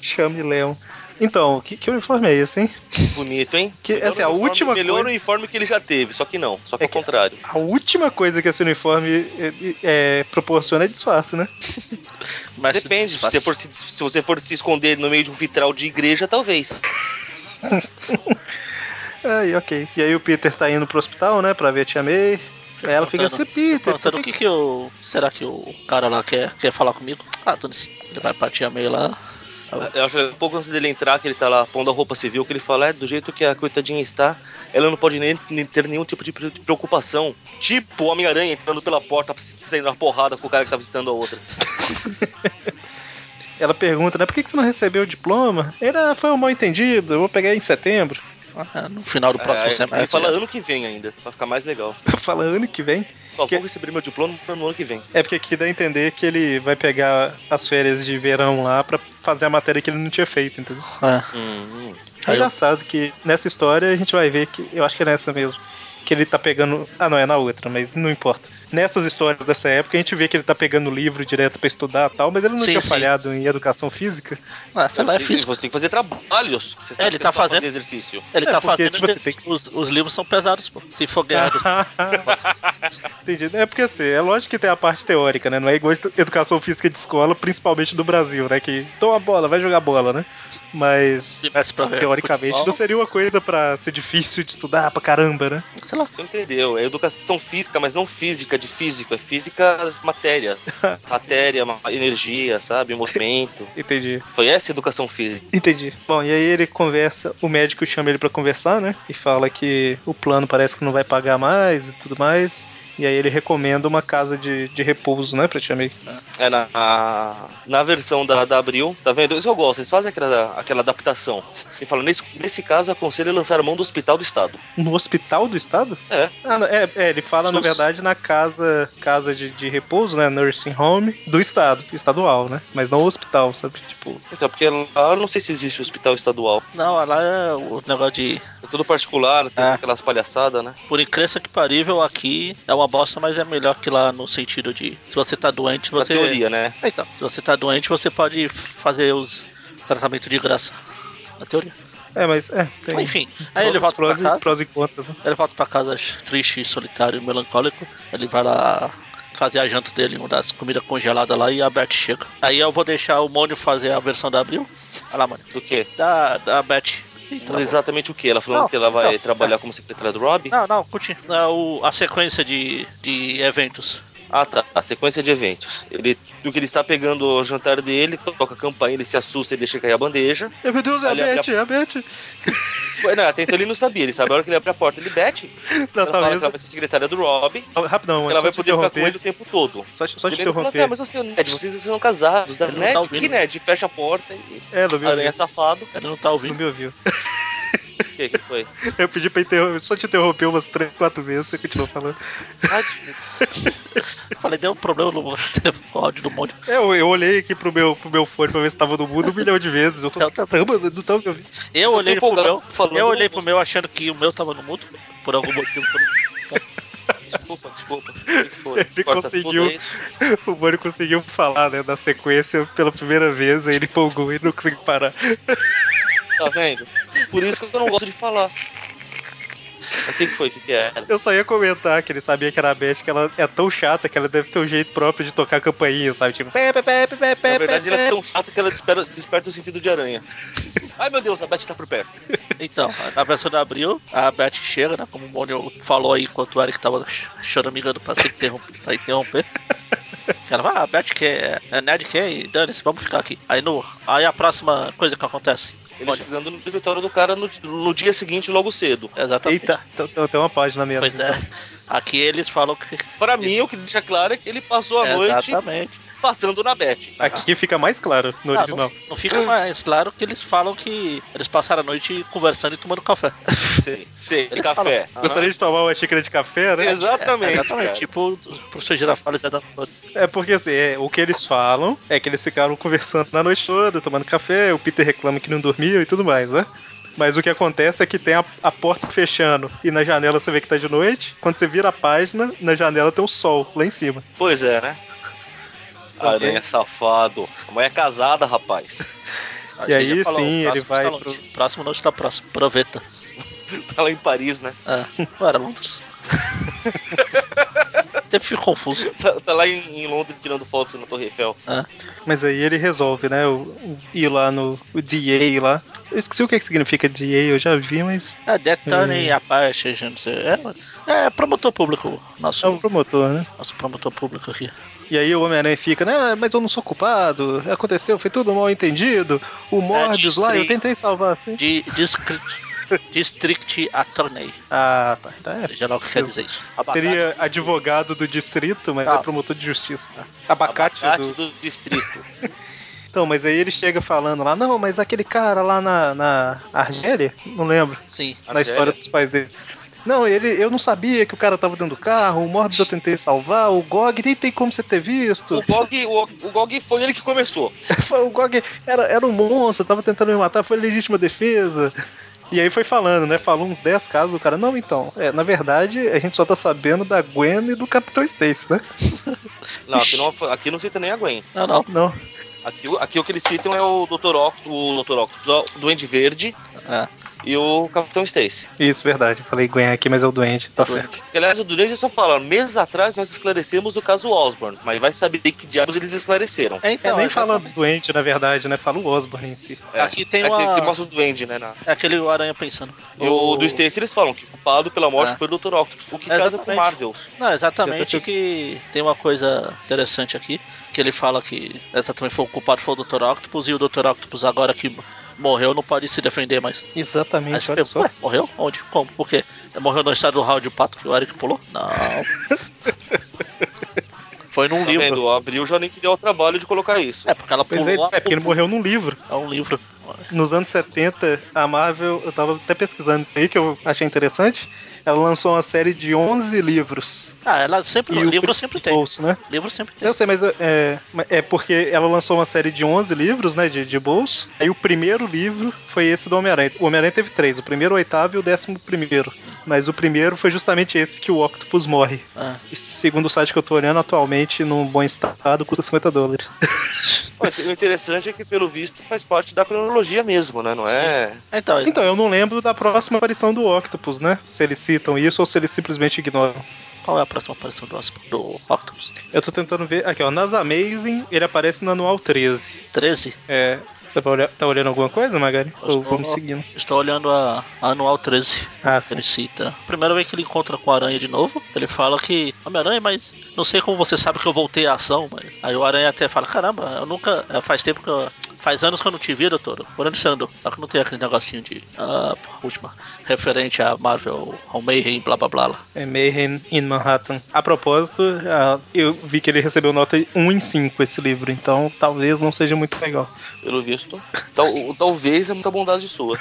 Chame Leão. Então, que, que uniforme é esse, hein? Bonito, hein? Que, Melhor assim, a uniforme- última Melhor coisa- uniforme que ele já teve, só que não. Só que É ao que- contrário. A última coisa que esse uniforme é, é, proporciona é disfarce, né? Mas Depende, se você, for se, se você for se esconder no meio de um vitral de igreja, talvez. Aí, ok. E aí o Peter tá indo pro hospital, né, pra ver a Tia May. Aí ela fica assim, Peter, Perguntando por o que que que eu... Será que o cara lá quer, quer falar comigo? Ah, dane Ele vai pra tia meio lá. Eu acho que um pouco antes dele entrar, que ele tá lá pondo a roupa civil, que ele fala, é, do jeito que a coitadinha está, ela não pode nem, nem ter nenhum tipo de pre- preocupação. Tipo o Homem-Aranha entrando pela porta, saindo uma porrada com o cara que tá visitando a outra. Ela pergunta, né, por que que você não recebeu o diploma? Era, foi um mal entendido, eu vou pegar em setembro. Ah, No final do próximo É, semestre. ele fala né? ano que vem ainda, pra ficar mais legal. Fala ano que vem. Só Que- vou receber meu diploma no ano que vem. É porque aqui dá a entender que ele vai pegar as férias de verão lá pra fazer a matéria que ele não tinha feito, entendeu? É. É Aí eu- engraçado que nessa história a gente vai ver que, eu acho que é nessa mesmo, que ele tá pegando. Ah, não, é na outra, mas não importa. Nessas histórias dessa época a gente vê que ele tá pegando o livro direto pra estudar e tal, mas ele não Sim, tinha sim. falhado em educação física. Ah, sei lá, é E- e físico. Você tem que fazer trabalhos. Você sabe ele que tá precisa fazendo- fazer exercício. Ele É, tá porque, fazendo. tipo, você exercício. tem que- os, os livros são pesados, pô. Se for ganhado. Entendi. É porque assim, é lógico que tem a parte teórica, né? Não é igual estu- educação física de escola, principalmente do Brasil, né? Que toma bola, vai jogar bola, né? Mas Semestre pra ver teoricamente futebol. não seria uma coisa pra ser difícil de estudar pra caramba, né? sei lá. Você não entendeu. É educação física, mas não física de físico. É física matéria. matéria, ma- energia, sabe? Movimento. Entendi. Foi essa a educação física. Entendi. Bom, e aí ele conversa, o médico chama ele pra conversar, né? E fala que o plano parece que não vai pagar mais e tudo mais. E aí ele recomenda uma casa de, de repouso, né, pra Tia May. É na, na, na versão da, da Abril, tá vendo? Isso eu gosto. Eles fazem aquela, aquela adaptação. E falam, nesse, nesse caso, aconselho a lançar a mão do hospital do estado. No hospital do estado? É. Ah, não, é, é, ele fala, na SUS. verdade, na casa casa de, de repouso, né, nursing home, do estado, estadual, né? Mas não hospital, sabe? Tipo, Então, porque lá eu não sei se existe hospital estadual. Não, lá é o negócio de. É tudo particular, tem Ah. aquelas palhaçadas, né? Por incrível que parível, aqui é uma bosta, mas é melhor que lá no sentido de. Se você tá doente, Na você. teoria, né? É, Então, se você tá doente, você pode fazer os tratamentos de graça. Na teoria. é, mas é, tem. Enfim, aí ele prós- volta pra prós, e- casa. prós e contras, né? Ele volta pra casa triste, solitário, melancólico. Ele vai lá fazer a janta dele, uma das comidas congeladas lá, e a Beth chega. Aí eu vou deixar o Mônio fazer a versão da Abril. Olha lá, Mônio. Do quê? Da, da Beth. Eita, Então, exatamente o que? Ela falando Não, que ela vai então, não. é. trabalhar como secretária do Rob? Não, não, continua. É o- A sequência de, de eventos. Ah, tá. A sequência de eventos. Ele, do que ele está pegando o jantar dele, toca a campainha, ele se assusta e deixa cair a bandeja. Ai, Meu Deus, é a Olha, Beth, é a Beth. Ué, Não, até então ele não sabia. Ele sabe a hora que ele abre a porta, ele bete. Não, ela fala Então, talvez. que ela vai ser secretária do Rob, que Rapidão, ela só vai te poder ficar com interromper. ele o tempo todo. Só, te- só te Ele fala assim, interromper. ah, mas você é o Ned, vocês são casados, né? Ele não tá Ned? ouvindo. que Ned? Fecha a porta e... É, não me ouviu. Aranha safado. Ele não tá Não ouvindo. me ouviu. quê? que foi? Eu pedi pra interromper, só te interromper umas três, quatro vezes, você continuou falando. Ah, desculpa. Falei, deu um problema no áudio do monte. É, Eu, eu olhei aqui pro meu, pro meu fone pra ver se tava no mudo um milhão de vezes. Eu tô Eu caramba, não tava me ouvindo. Eu tô olhei pro empolgado meu, falando, eu olhei você- pro meu achando que o meu tava no mudo, por algum motivo. Desculpa, desculpa. desculpa. Ele Corta conseguiu. tudo, é isso? O Mônio conseguiu falar, né, da sequência pela primeira vez, aí ele empolgou e não conseguiu parar. Tá vendo? Por isso que eu não gosto de falar. Assim que foi, o que, que era? Eu só ia comentar que ele sabia que era a Beth, que ela é tão chata que ela deve ter um jeito próprio de tocar a campainha, sabe? Tipo, pé, pé, pé, pé, pé, Na pé, verdade, pé, ela é pé. tão chata que ela desperta, desperta o sentido de aranha. Ai meu Deus, a Beth tá por perto. Então, na versão de abril, a Beth chega, né? Como o Mônio falou aí, enquanto o Eric tava ch- choramingando pra se interromper. Pra interromper. Ela vai, ah, a Beth quer. É Ned quem? Dane-se, vamos ficar aqui. Aí, no, aí a próxima coisa que acontece. Ele Olha, chegando no escritório do cara no, no dia seguinte, logo cedo. exatamente. Eita, t- t- tem uma página mesmo. Pois é. Aqui eles falam que. Pra mim, o que deixa claro é que ele passou a noite Exatamente. passando na Beth. Aqui fica mais claro no Ah, não, original. fi- não fica mais claro que eles falam que eles passaram a noite conversando e tomando café. Sei, sei, Ele café. Gostaria de tomar uma xícara de café, né? Exatamente. cara. Tipo o professor Girafales né, da noite. É porque assim, é, o que eles falam é que eles ficaram conversando na noite toda, tomando café, o Peter reclama que não dormiu e tudo mais, né? Mas o que acontece é que tem a, a porta fechando e na janela você vê que tá de noite. Quando você vira a página, na janela tem o sol lá em cima. Pois é, né? Aranha safado. A mãe é casada, rapaz. E aí, sim, ele vai pro- Próximo não está próximo. Aproveita. Tá lá em Paris, né? Ah, não era Londres. Sempre fico confuso. Tá, tá lá em, em Londres tirando fotos na Torre Eiffel. Ah, Mas aí ele resolve, né? O, o- ir lá no o DA lá. Eu esqueci o que, que significa DA, eu já vi, mas é, Detone a parte, não sei. É, é promotor público. Nosso, é um promotor, né? nosso promotor público aqui. E aí o Homem-Aranha fica, né? "Ah, Mas eu não sou culpado. Aconteceu, foi tudo mal entendido. O Morbius lá, eu distrito. tentei salvar, assim." sim. De District, district Attorney. Ah, tá. Tá, é. Seja lá o que quer dizer isso. Abacate Seria advogado do distrito, mas Ah. é promotor de justiça. né? Abacate, abacate do... do... distrito. Então, mas aí ele chega falando lá, não, mas aquele cara lá na, na Argélia, não lembro, Sim. na Argélia? história dos pais dele. Não, ele, eu não sabia que o cara tava dentro do carro, o Morbius eu tentei salvar, o Gog, nem tem como você ter visto. o, Gog, o, o Gog foi ele que começou. Foi- O Gog era, era um monstro, tava tentando me matar, foi legítima defesa. E aí foi falando, né? Falou uns 10 casos do cara. Não, então, é, na verdade, a gente só tá sabendo da Gwen e do Capitão Stacy, né? Não, aqui não, aqui não cita nem a Gwen. Não, não. Não. Aqui, o- aqui o que eles citam é o Dr. Octopus, o Dr. Octopus, ó, o Duende Verde É. e o Capitão Stacy. Isso, verdade. Eu falei Gwen aqui, mas é o doente, tá certo. Porque, Aliás, o Duende só fala, meses atrás nós esclarecemos o caso Osborne, mas vai saber que diabos eles esclareceram. É, É, então, nem exatamente. fala doente, na verdade, né? Fala o Osborne em si. É, Aqui tem é que- uma- que mostra o Duende, né? na- É aquele aranha pensando. E o do Stacy eles falam que o culpado pela morte É. foi o Dr. Octopus, o que É, casa com exatamente. Marvels. Já Não, tá exatamente se- que tem uma coisa interessante aqui, que ele fala que exatamente foi o culpado foi o Dr. Octopus e o Dr. Octopus agora que morreu não pode se defender mais. Aí Exatamente, você olha pensa, só. ué, morreu? Onde? Como? Por quê? Morreu no estado do round de pato que o Eric pulou? Não. foi num Tá livro. vendo? O Abril já nem se deu ao trabalho de colocar isso. É, porque ela Pois é, pulou a- é porque ele morreu num livro. é um livro. Nos anos 70, a Marvel, eu tava até pesquisando isso aí, que eu achei interessante. Ela lançou uma série de 11 livros. Ah, ela sempre. E o livro sempre tem. Bolso, né? Livro sempre tem. Eu sei, mas é, é porque ela lançou uma série de 11 livros, né, de, de bolso. Aí o primeiro livro foi esse do Homem-Aranha. O Homem-Aranha teve três, o primeiro, o oitavo e o décimo primeiro. Mas o primeiro foi justamente esse que o Octopus morre. Ah, E segundo o site que eu tô olhando, atualmente, num bom estado, custa 50 dólares. Mas O interessante é que, pelo visto, faz parte da cronologia mesmo, né? Não é? Então, Então, eu não lembro da próxima aparição do Octopus, né? Se eles citam isso ou se eles simplesmente ignoram. qual é a próxima aparição do, Osp- do Octopus? Eu tô tentando ver. Aqui, ó, nas Amazing, ele aparece na anual 13. 13? É. Você tá olha- tá olhando alguma coisa, Magari? Ou Eu estou- vamos seguindo? Estou olhando a, a anual 13. Ah, que sim. Ele cita. Primeira vez que ele encontra com a aranha de novo, ele fala que. Homem-Aranha, mas não sei como você sabe que eu voltei à ação, mas. Aí o aranha até fala, caramba, eu nunca. é, Faz tempo que eu. Faz anos que eu não te vi, doutor. Por onde você andou? Só que não tem aquele negocinho de. Ah, última. Referente a Marvel, ao Mayhem, blá blá blá. lá. É Mayhem in Manhattan. A propósito, ah, eu vi que ele recebeu nota 1 em 5 esse livro, então talvez não seja muito legal. Pelo visto. Tal- talvez é muita bondade sua.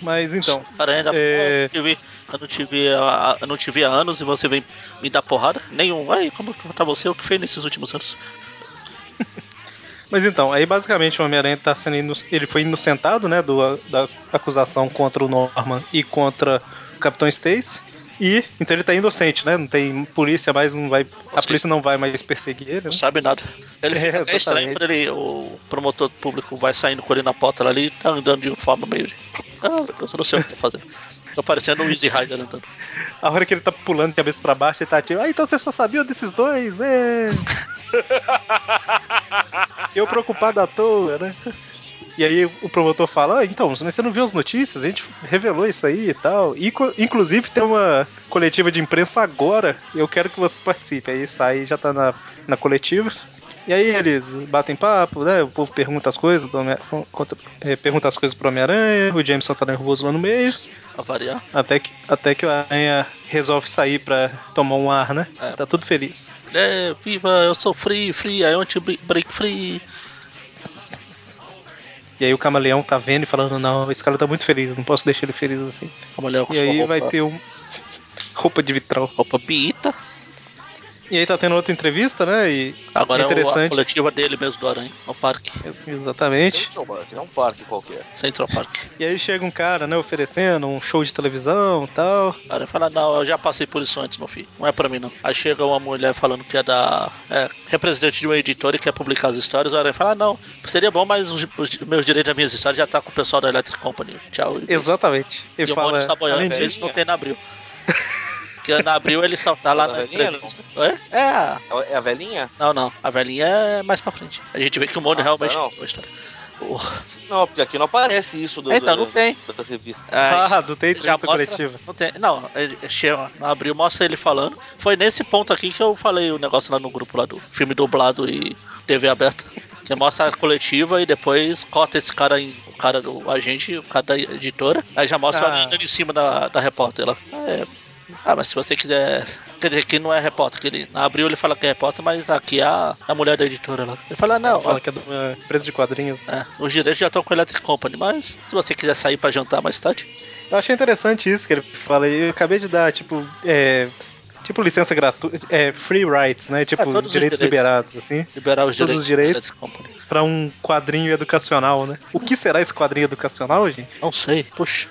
Mas então. Aranha da É. eu, te vi, eu não te vi há, eu não te vi há anos e você vem me dar porrada? Nenhum. Ai, como tá você? O que fez nesses últimos anos? Mas então, aí basicamente o Homem-Aranha tá sendo ino- ele foi inocentado, né, do, da acusação contra o Norman e contra o Capitão Stacy. E então ele tá inocente, né? Não tem polícia mais, não vai a Sim. polícia não vai mais perseguir ele. Não Né? sabe nada. Ele É, fica até exatamente. estranho quando ele, o promotor público vai saindo com ele na porta lá ali, tá andando de forma meio de. Ah, eu não sei o que tá fazendo. Tô parecendo um Easy Rider andando. A hora que ele tá pulando de cabeça pra baixo, ele tá tipo, ah, então você só sabia desses dois? É. Eu preocupado à toa, né? E aí o promotor fala, ah, então, mas você não viu as notícias? A gente revelou isso aí e tal. E, co- inclusive tem uma coletiva de imprensa agora, eu quero que você participe. Aí sai já tá na, na coletiva. E aí eles batem papo, né? O povo pergunta as coisas, do Homem- conta- eh, pergunta as coisas pro Homem-Aranha, o Jameson tá nervoso lá no meio. A variar. Até que, até que o Aranha resolve sair pra tomar um ar, né? É. Tá tudo feliz. É, viva, eu sou free, free, I want to be break free. E aí o camaleão tá vendo e falando, não, esse cara tá muito feliz, não posso deixar ele feliz assim. A mulher com E sua aí roupa, vai ter um. Roupa de vitral. roupa biita. E aí tá tendo outra entrevista, né? E Agora é o- a Interessante. coletiva dele mesmo do Aranha, no parque, Exatamente. Central Park, não um parque qualquer. Central Park. E aí chega um cara, né, oferecendo um show de televisão e tal. O Aranha fala, não, eu já passei por isso antes, meu filho. Não é pra mim, não. Aí chega uma mulher falando que é da... É, representante de uma editora e quer publicar as histórias. O Aranha fala, ah, não, seria bom, mas os, os meus direitos das minhas histórias já tá com o pessoal da Electric Company. Tchau. e beijo." Exatamente. E Ele o Monte fala. é, Saboiano, Além eles disso, não tem na Abril. Porque na Abril ele só tá lá Na na velhinha, entrevista. Oi? É, É a velhinha? não, não. A velhinha é mais pra frente. A gente vê que o Mono Ah, realmente não. tem uma história. Oh. Não, porque aqui não aparece isso do. Então, do- não tem. Das revistas. Ai, ah, não tem entrevista já mostra- coletiva. Não, tem, não ele chama, abriu, mostra ele falando. Foi nesse ponto aqui que eu falei o negócio lá no grupo lá do filme dublado e TV aberta. Que mostra a coletiva e depois corta esse cara em o cara do agente, o cara da editora. Aí já mostra Ah. o Aranha andando em cima da, da repórter lá. Ah, é. Ah, mas se você quiser. Quer dizer, que não é repórter, que ele na abriu, ele fala que é repórter, mas aqui é a, a mulher da editora lá. Ele fala, "Ah, não, Não, fala que é de uma empresa de quadrinhos. né? é, os direitos já estão com a Electric Company, mas se você quiser sair pra jantar mais tarde, Eu achei interessante isso que ele fala. Eu acabei de dar, tipo, é, tipo licença gratuita, é, free rights, né? Tipo, É, todos os direitos, direitos. liberados, assim, liberar os Todos os direitos. da direitos. Electric Company. pra um quadrinho educacional, né? O que será esse quadrinho educacional, gente? Não sei, puxa.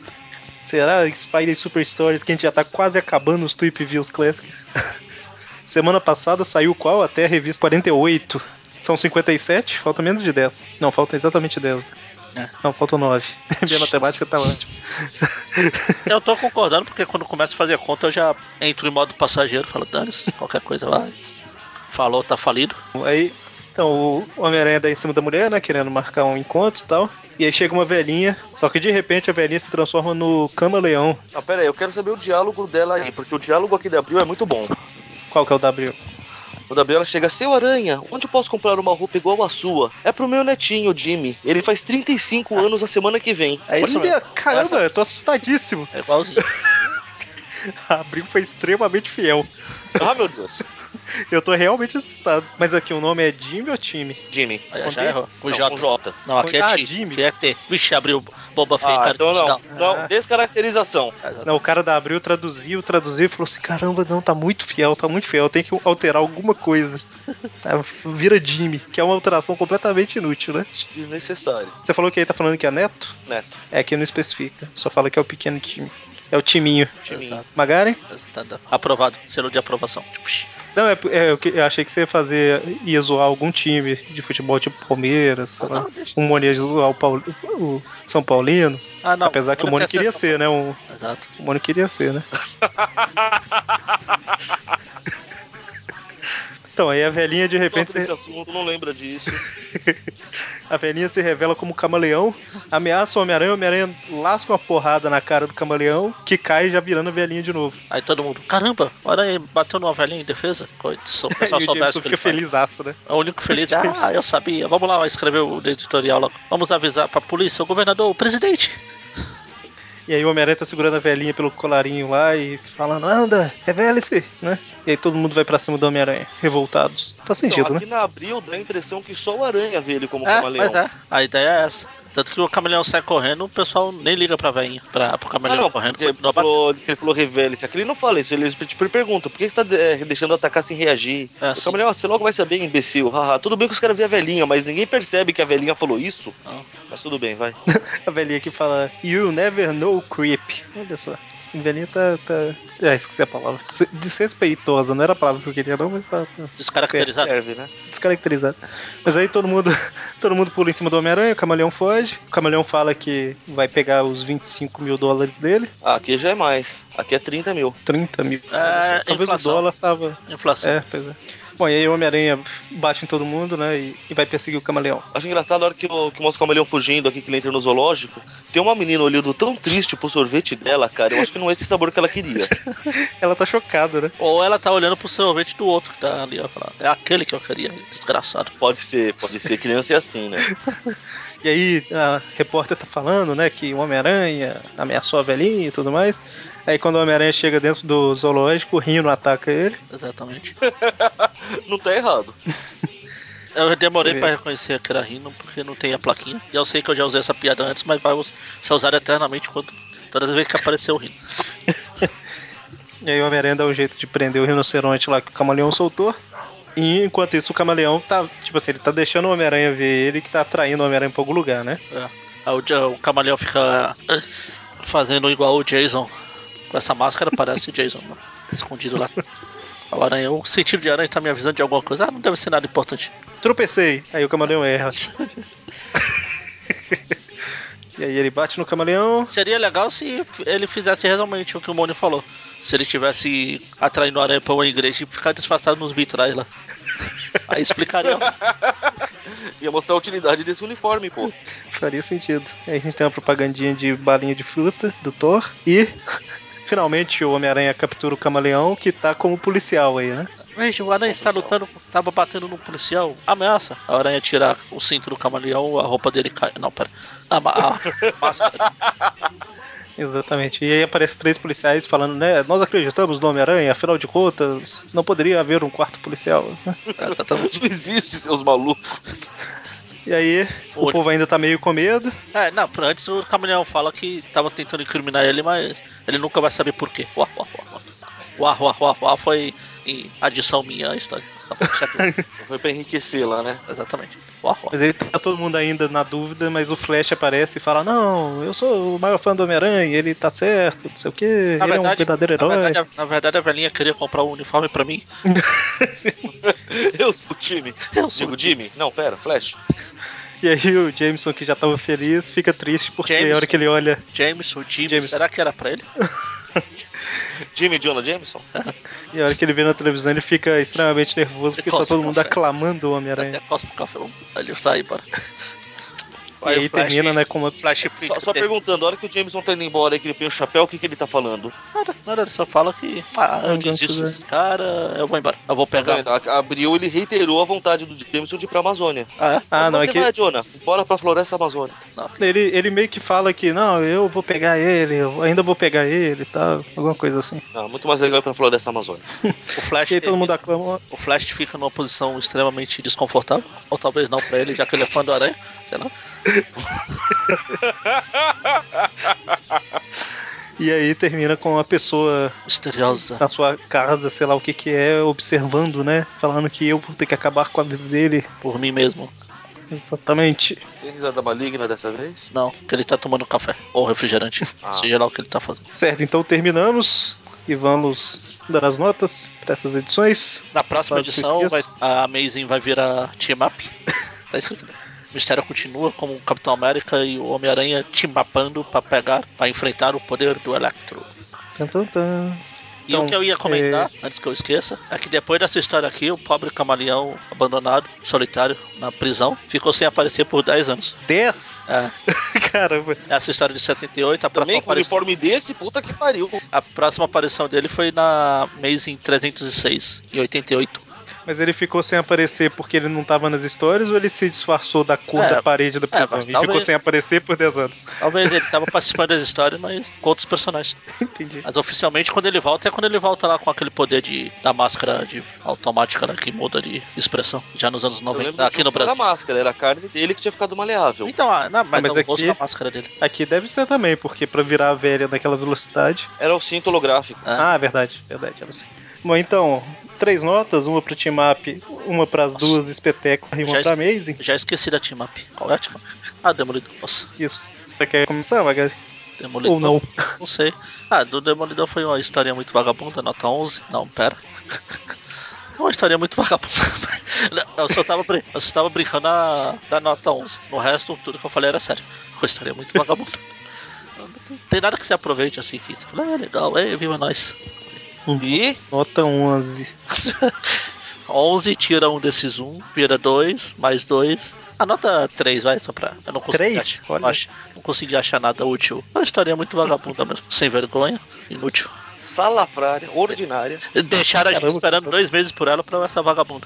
Será Spider Super Stories que a gente já tá quase acabando os Tweep Views Classic? Semana passada saiu qual? Até a revista 48. São 57, falta menos de 10. Não, falta exatamente 10. né? É. Não, faltam 9. Minha matemática tá ótima. Eu tô concordando porque quando começo a fazer a conta eu já entro em modo passageiro, falo, dane qualquer coisa vai. Falou, tá falido. Aí, então, o Homem-Aranha dá em cima da mulher, né? Querendo marcar um encontro e tal. E aí chega uma velhinha, só que de repente a velhinha se transforma no camaleão. Não, pera aí, eu quero saber o diálogo dela aí, porque o diálogo aqui da Abril é muito bom. Qual que é o W? Quando a Abril ela chega, seu aranha, onde eu posso comprar uma roupa igual a sua? É pro meu netinho, Jimmy. Ele faz 35 anos a semana que vem. Ah. É isso Olha, mesmo. caramba, eu tô assustadíssimo. É igualzinho. A Abril foi extremamente fiel. Ah, meu Deus. Eu tô realmente assustado. Mas aqui o nome é Jimmy ou Time? Jimmy. Aí Com já B? errou. Com Não, J. com J. Não, aqui é Ah, T. Jimmy. Aqui é T. Vixe, abriu boba feia, Ah, cara. então não. Não, Ah. descaracterização. Não, o cara da Abril traduziu, traduziu e falou assim: caramba, não, tá muito fiel, tá muito fiel, tem que alterar alguma coisa. Aí Vira Jimmy, que é uma alteração completamente inútil, né? Desnecessário. né? Você falou que aí tá falando que é neto? Neto. É que não especifica, só fala que é o pequeno time. É o timinho. Exato. Magaren? Tá, tá. Aprovado. Selo de aprovação. Tipo, psh. Não, é, é eu que- eu achei que você ia fazer. ia zoar algum time de futebol tipo Palmeiras, sei lá. Um Monia de zoar o, Paul, o São Paulinos. Ah, não. Apesar que o Mônio queria ser, né? Um, Exato. o Mônio queria ser, né? então, aí a velhinha de repente. Sobre se- esse assunto, não lembra disso. A velhinha se revela como camaleão, ameaça o Homem-Aranha, o Homem-Aranha lasca uma porrada na cara do camaleão, que cai já virando a velhinha de novo. Aí todo mundo, caramba, olha aí, bateu numa velhinha em defesa. Coitado, se o pessoal e o soubesse Jameson o que ele fica fez. felizaço, né? É o único feliz. Ah, eu sabia. Vamos lá, escrever o editorial logo. Vamos avisar pra polícia, o governador, o presidente. E aí o Homem-Aranha tá segurando a velhinha pelo colarinho lá e falando, anda, revele-se, né? E aí todo mundo vai pra cima do Homem-Aranha, revoltados. Faz sentido, Então, né? aqui na Abril dá a impressão que só o aranha vê ele como Ah, É, camaleão. mas é. A ideia é essa. Tanto que o camaleão sai correndo, o pessoal nem liga pra veinha, pra, pro Ah, camaleão não, correndo. ele, continua batendo. falou, ele falou revele-se. Aquele não fala isso, ele tipo, pergunta: por que você tá eh, deixando eu atacar sem reagir? É, o sim. Samuel, você logo vai saber, imbecil. Haha, tudo bem que os caras viram a velhinha, mas ninguém percebe que a velhinha falou isso. Não. Mas tudo bem, vai. né? A velhinha aqui fala, You never know creep. Olha só. A velhinha tá. tá... Ah, esqueci a palavra. Des- Desrespeitosa, não era a palavra que eu queria, não, mas tá. tá Descaracterizado. Serve, né? descaracterizado. Mas aí todo mundo, todo mundo pula em cima do Homem-Aranha, o camaleão foge. O camaleão fala que vai pegar os 25 mil dólares dele, Ah, aqui já é mais. Aqui é 30 mil. 30 mil. É, Talvez inflação. o dólar tava. Inflação. É, pois é. Bom, e aí o Homem-Aranha bate em todo mundo, né? E, e vai perseguir o camaleão. Acho engraçado a hora que, o, que mostra o camaleão fugindo aqui, que ele entra no zoológico. Tem uma menina olhando tão triste pro sorvete dela, cara. Eu acho que não é esse sabor que ela queria. Ela tá chocada, né? Ou ela tá olhando pro sorvete do outro que tá ali, ó. falando, É aquele que eu queria, desgraçado. Pode ser, pode ser. Criança é assim, né? E aí a repórter tá falando, né, que o Homem-Aranha ameaçou a velhinha e tudo mais. Aí quando o Homem-Aranha chega dentro do zoológico, o Rino ataca ele. Exatamente. Não tá errado. Eu demorei Sim. pra reconhecer que era Rino, porque não tem a plaquinha. E eu sei que eu já usei essa piada antes, mas vai us- ser usada eternamente quando, toda vez que aparecer o Rino. E aí o Homem-Aranha dá um jeito de prender o rinoceronte lá que o camaleão soltou. E enquanto isso o camaleão tá, tipo assim, ele tá deixando o Homem-Aranha ver ele que tá atraindo o Homem-Aranha pra algum lugar, né? É. Aí o, Ja- o camaleão fica eh, fazendo igual o Jason. Com essa máscara parece o Jason, né? escondido lá. O aranha, o sentido de aranha tá me avisando de alguma coisa. Ah, não deve ser nada importante. Tropecei. Aí o camaleão erra. e aí ele bate no camaleão. Seria legal se ele fizesse realmente o que o Moni falou. Se ele tivesse atraindo a aranha pra uma igreja e ficar disfarçado nos vitrais lá. Aí explicaria. Ia mostrar a utilidade desse uniforme, pô. Faria sentido. Aí a gente tem uma propagandinha de balinha de fruta do Thor. E finalmente o Homem-Aranha captura o camaleão que tá como policial aí, né? Veja, o aranha está lutando, tava batendo no policial. Ameaça. A aranha tira o cinto do camaleão, a roupa dele cai. Não, pera. A, ma- a máscara. Exatamente. E aí aparece três policiais falando, né? Nós acreditamos no Homem-Aranha, afinal de contas, não poderia haver um quarto policial. É, Exatamente. Não existe, seus malucos. E aí, o Olha. povo ainda tá meio com medo. É, não, por antes o camaleão fala que tava tentando incriminar ele, mas ele nunca vai saber por quê. Uá, uá, uá, uá. Uá, uá, uá, uá foi em adição minha à história. Tá bom, certo? Foi pra enriquecer lá, né? Exatamente. Uá, uá. Mas aí tá todo mundo ainda na dúvida, mas o Flash aparece e fala: Não, eu sou o maior fã do Homem-Aranha, ele tá certo, não sei o quê, ele é um verdadeiro na, herói. verdade, a- na verdade, a velhinha queria comprar um uniforme pra mim. Eu sou o time. Eu sou Digo, o time. Jimmy? Não, pera, Flash. E aí o Jameson, que já tava feliz, fica triste porque a hora Jameson. que ele olha. Jameson, Jimmy, Jameson. será que era pra ele? Jimmy Jonah Jameson? E a hora que ele vê na televisão, ele fica extremamente nervoso porque tá Cospe todo mundo café. aclamando o Até Homem-Aranha. cospe o café. Aí ele sai, bora. E aí o Flash- termina, né, com uma. Flash Só, só perguntando, a hora que o Jameson tá indo embora e que ele põe o chapéu, o que, que ele tá falando? Nada, nada, ele só fala que. Ah, eu Não, desisto não desse cara, eu vou embora. Eu vou pegar. A- Abriu, ele reiterou a vontade do Jameson de ir pra Amazônia. Ah, é? Ah, não, Você é que vai, Jonah, bora pra floresta amazônica. Não. ele, ele meio que fala que, não, eu vou pegar ele, eu ainda vou pegar ele e tal, alguma coisa assim. Ah, muito mais legal ir pra floresta amazônica. O Flash, E aí todo mundo aclama, o Flash fica numa posição extremamente desconfortável. Ou talvez não pra ele, já que ele é fã do Aranha. Sei lá. e aí termina com a pessoa Misteriosa. na sua casa, sei lá o que que é, observando, né? Falando que eu vou ter que acabar com a vida dele. Por mim mesmo. Exatamente. Sem risada maligna dessa vez? Não, que ele tá tomando café. Ou refrigerante. Ah. Seja lá o que ele tá fazendo. Certo, então terminamos e vamos dar as notas para essas edições. Na próxima Caso edição, esqueça. vai- a Amazing vai virar team up. Tá escrito. O mistério continua como o Capitão América e o Homem-Aranha team upando pra pegar, pra enfrentar o poder do Electro. Tan, tan, tan. E Então, o que eu ia comentar, antes que eu esqueça, é que depois dessa história aqui, o pobre camaleão abandonado, solitário, na prisão, ficou sem aparecer por 10 anos. 10? É, Caramba. essa história de 78, a próxima, Também com um aparição, uniforme desse, puta que pariu. a próxima aparição dele foi na Amazing 306, em 88. Mas ele ficou sem aparecer porque ele não tava nas histórias ou ele se disfarçou da cor É, da parede da é, prisão mas e ficou talvez- sem aparecer por 10 anos? Talvez ele tava participando das histórias, mas com outros personagens. Entendi. Mas oficialmente quando ele volta é quando ele volta lá com aquele poder de da máscara de automática né, que muda de expressão. Já nos anos Eu 90, lembro aqui no da Brasil. máscara, era a carne dele que tinha ficado maleável. Então, ah, não, mas, mas não, o rosto aqui- da máscara dele. Aqui deve ser também, porque pra virar a velha naquela velocidade. Era o cinto holográfico. Ah. Ah, verdade, verdade, eu não sei. Bom, então, três notas, uma pro team up, uma pras duas espetáculas e uma Já pra es- Amazing. Já esqueci da team up. Qual é a team up? Ah, Demolidor. Nossa, Isso. Você quer começar, Magali? Demolidor. Ou não? Não sei. Ah, do Demolidor foi uma história muito vagabunda, nota 11. Não, pera. É uma história muito vagabunda. Não, Eu só tava, brin- eu só tava brincando na, da nota 11. No resto, tudo que eu falei era sério. Uma história muito vagabunda. Não tem- Tem nada que se aproveite assim, que você fala, ah, legal, ei, viva nós. E Nota 11. 11, tira um desses um, vira dois, mais dois. Anota 3, vai, só pra. Eu não consegui, Três? Achar, Olha. não ach- não consegui achar nada útil. É uma história muito vagabunda mesmo, sem vergonha, inútil. salafrária, ordinária. Deixaram a gente Caramba, então. esperando dois meses por ela pra essa vagabunda.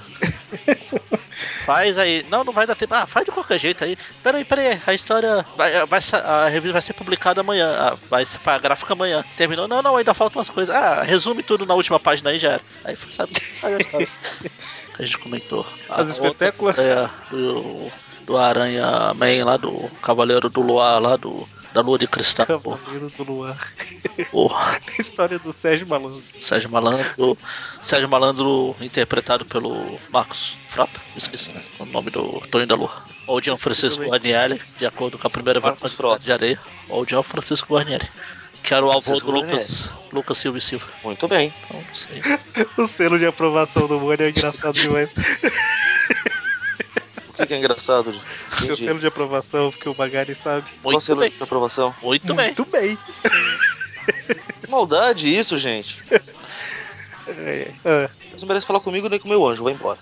faz aí. Não, não vai dar tempo. Ah, faz de qualquer jeito aí. Peraí, peraí. A história. Vai, vai sa- a revista vai ser publicada amanhã. Ah, vai ser pra gráfica amanhã. Terminou? Não, não, ainda faltam umas coisas. Ah, resume tudo na última página aí já era. Aí foi, sabe? Faz a história. a gente comentou. A As espetáculas? outra, é, do, do Aranha Man lá, do Cavaleiro do Luar lá, do. Da lua de cristal, o, Cavaleiro do Luar. o A história do Sérgio Malandro. Sérgio Malandro. Sérgio Malandro interpretado pelo Marcos Frota. Esqueci o nome do Tonho da Lua. Ou Jean Francisco Guarnieri, de acordo com a primeira Marcos versão de Frota. Cidade de Areia. Ou Jean Francisco Guarnieri. Que era o avô Francisco do Lucas, Lucas Silva e Silva. Muito bem. Então, não sei. O selo de aprovação do Mônio é engraçado demais. O que, que é engraçado? Ju? Seu Entendi. selo de aprovação, porque o Magari sabe. Qual Muito selo bem, de aprovação? muito bem. Muito bem. Que maldade isso, gente. É, é. Ah, Você não merece falar comigo nem com meu anjo, vai embora.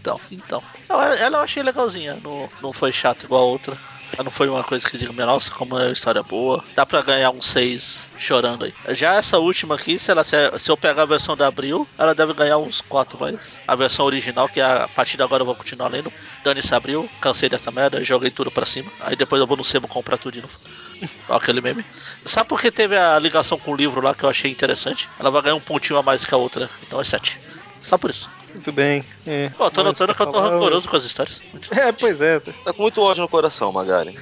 Então, então. Não, ela ela eu achei legalzinha. Não, não foi chato igual a outra. Ela não foi uma coisa que diga, "Minha nossa, como é uma história boa. Dá pra ganhar um 6 chorando aí. Já essa última aqui, se, ela, se, se eu pegar a versão da Abril, ela deve ganhar uns 4 mais. A versão original, que é a partir de agora eu vou continuar lendo. Dane-se Abril, cansei dessa merda, joguei tudo pra cima. Aí depois eu vou no Sebo comprar tudo de novo. Olha aquele meme. Sabe por que teve a ligação com o livro lá que eu achei interessante? Ela vai ganhar um pontinho a mais que a outra. Então é 7. Só por isso. muito bem. É. Pô, tô Mas notando que eu tô falar- rancoroso com as histórias. É, pois é. Tá com muito ódio no coração, Magari.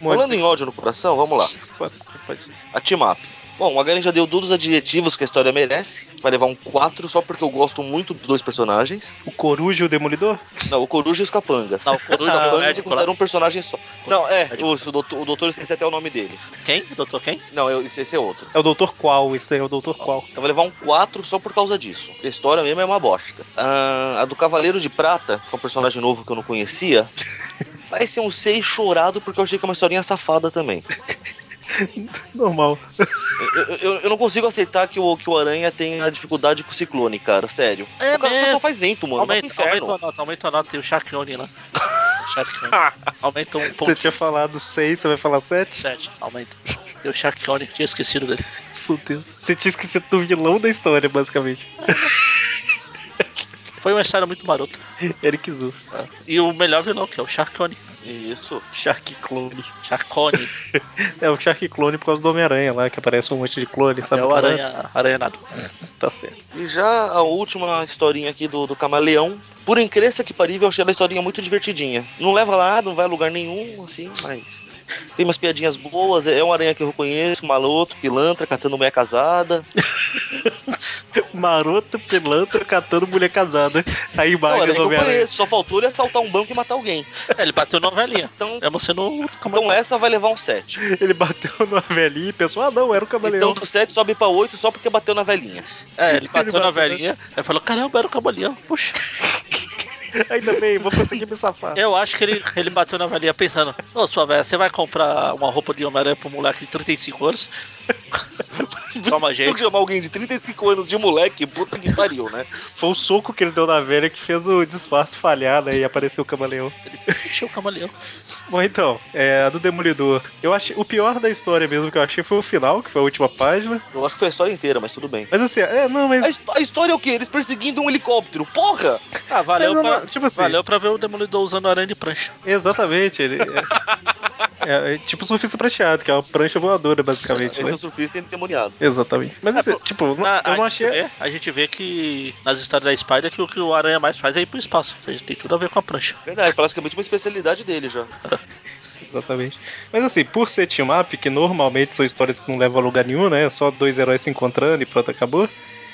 Falando Mônio, em ódio no coração, vamos lá. pode, pode. A Team Up. Bom, o Magari já deu todos os adjetivos que a história merece. Vai levar um 4 só porque eu gosto muito dos dois personagens. O Coruja e o Demolidor? Não, o Coruja e os Capangas. Não, o Coruja os é o Capangas eu médico lá. considero um personagem só. Não, é, médico. o, o doutor, o doutor, eu esqueci até o nome dele. Quem? Doutor quem? Não, eu, esse esse é outro. É o Dr. Qual, esse aí é o Dr. Qual. Então vai levar um 4 só por causa disso. A história mesmo é uma bosta. Ah, a do Cavaleiro de Prata, que é um personagem novo que eu não conhecia, vai ser um 6 chorado porque eu achei que é uma historinha safada também. Normal. Eu, eu- eu não consigo aceitar que o, que o Aranha tenha dificuldade com o Ciclone, cara, sério. É o cara mesmo. só faz vento, mano. vai pro aumenta, inferno. aumenta a nota, aumenta a nota. Tem o Sharkone lá. O Sharkone. Aumenta um Você ponto. tinha falado 6, você vai falar 7? Sete. Aumenta. Tem o Sharkone. Tinha esquecido dele. Meu Deus. Você tinha esquecido do vilão da história, basicamente. Foi uma história muito marota. Eric Zu. Ah, E o melhor vilão, que é o Sharkone. Isso. Shark Clone. Sharkone. É o Shark Clone por causa do Homem-Aranha lá, que aparece um monte de clone, sabe? é o qual aranha, aranhado. Tá certo. E já a última historinha aqui do, do Camaleão. Por incrível que parível, eu achei ela historinha muito divertidinha. Não leva lá, não vai a lugar nenhum, assim, mas. Tem umas piadinhas boas, é um aranha que eu reconheço, maloto, pilantra, catando mulher casada. Maroto pilantra catando mulher casada. A É um imagem aranha do que eu Homem-Aranha. conheço, só faltou ele assaltar um banco e matar alguém. É, ele bateu na velhinha. Então, É você no. Como então essa vai levar um 7. Ele bateu numa velhinha e pensou, ah não, era o camaleão. Então do 7 sobe pra 8 só porque bateu na velhinha. é, ele ele bateu na bateu na- velhinha. Aí falou: caramba, era o camaleão. Puxa. Então- Ainda bem, vou conseguir me safar. Eu acho que ele, ele bateu na velhinha pensando: Ô, sua velha, você vai comprar uma roupa de Homem-Aranha pro moleque de 35 anos? Toma, Tem que gente. chamar alguém de 35 anos de moleque, puta que pariu, né? Foi o soco que ele deu na velha que fez o disfarce falhar, né? E apareceu o camaleão. Encheu o camaleão. Bom, então, é, a do Demolidor. Eu achei, o pior da história mesmo que eu achei foi o final, que foi a última página. Eu acho que foi a história inteira, mas tudo bem. Mas assim, é, não, A, mas. his- a história é o quê? Eles perseguindo um helicóptero, porra! Ah, valeu Mas não, pra. não, tipo assim- Valeu pra ver o Demolidor usando aranha de prancha. Exatamente, ele. É, é, é tipo surfista prateado, que é uma prancha voadora, basicamente, Esse é né? o surfista endemoniado. Exatamente. Mas assim, É, pô, tipo, Na- eu não a achei. Gente né? vê, a gente vê que nas histórias da Spider que o que o Aranha mais faz é ir pro espaço. Ou seja, tem tudo a ver com a prancha. Verdade, é praticamente uma especialidade dele já. Exatamente. Mas assim, por ser team-up, que normalmente são histórias que não levam a lugar nenhum, né? Só dois heróis se encontrando e pronto, acabou.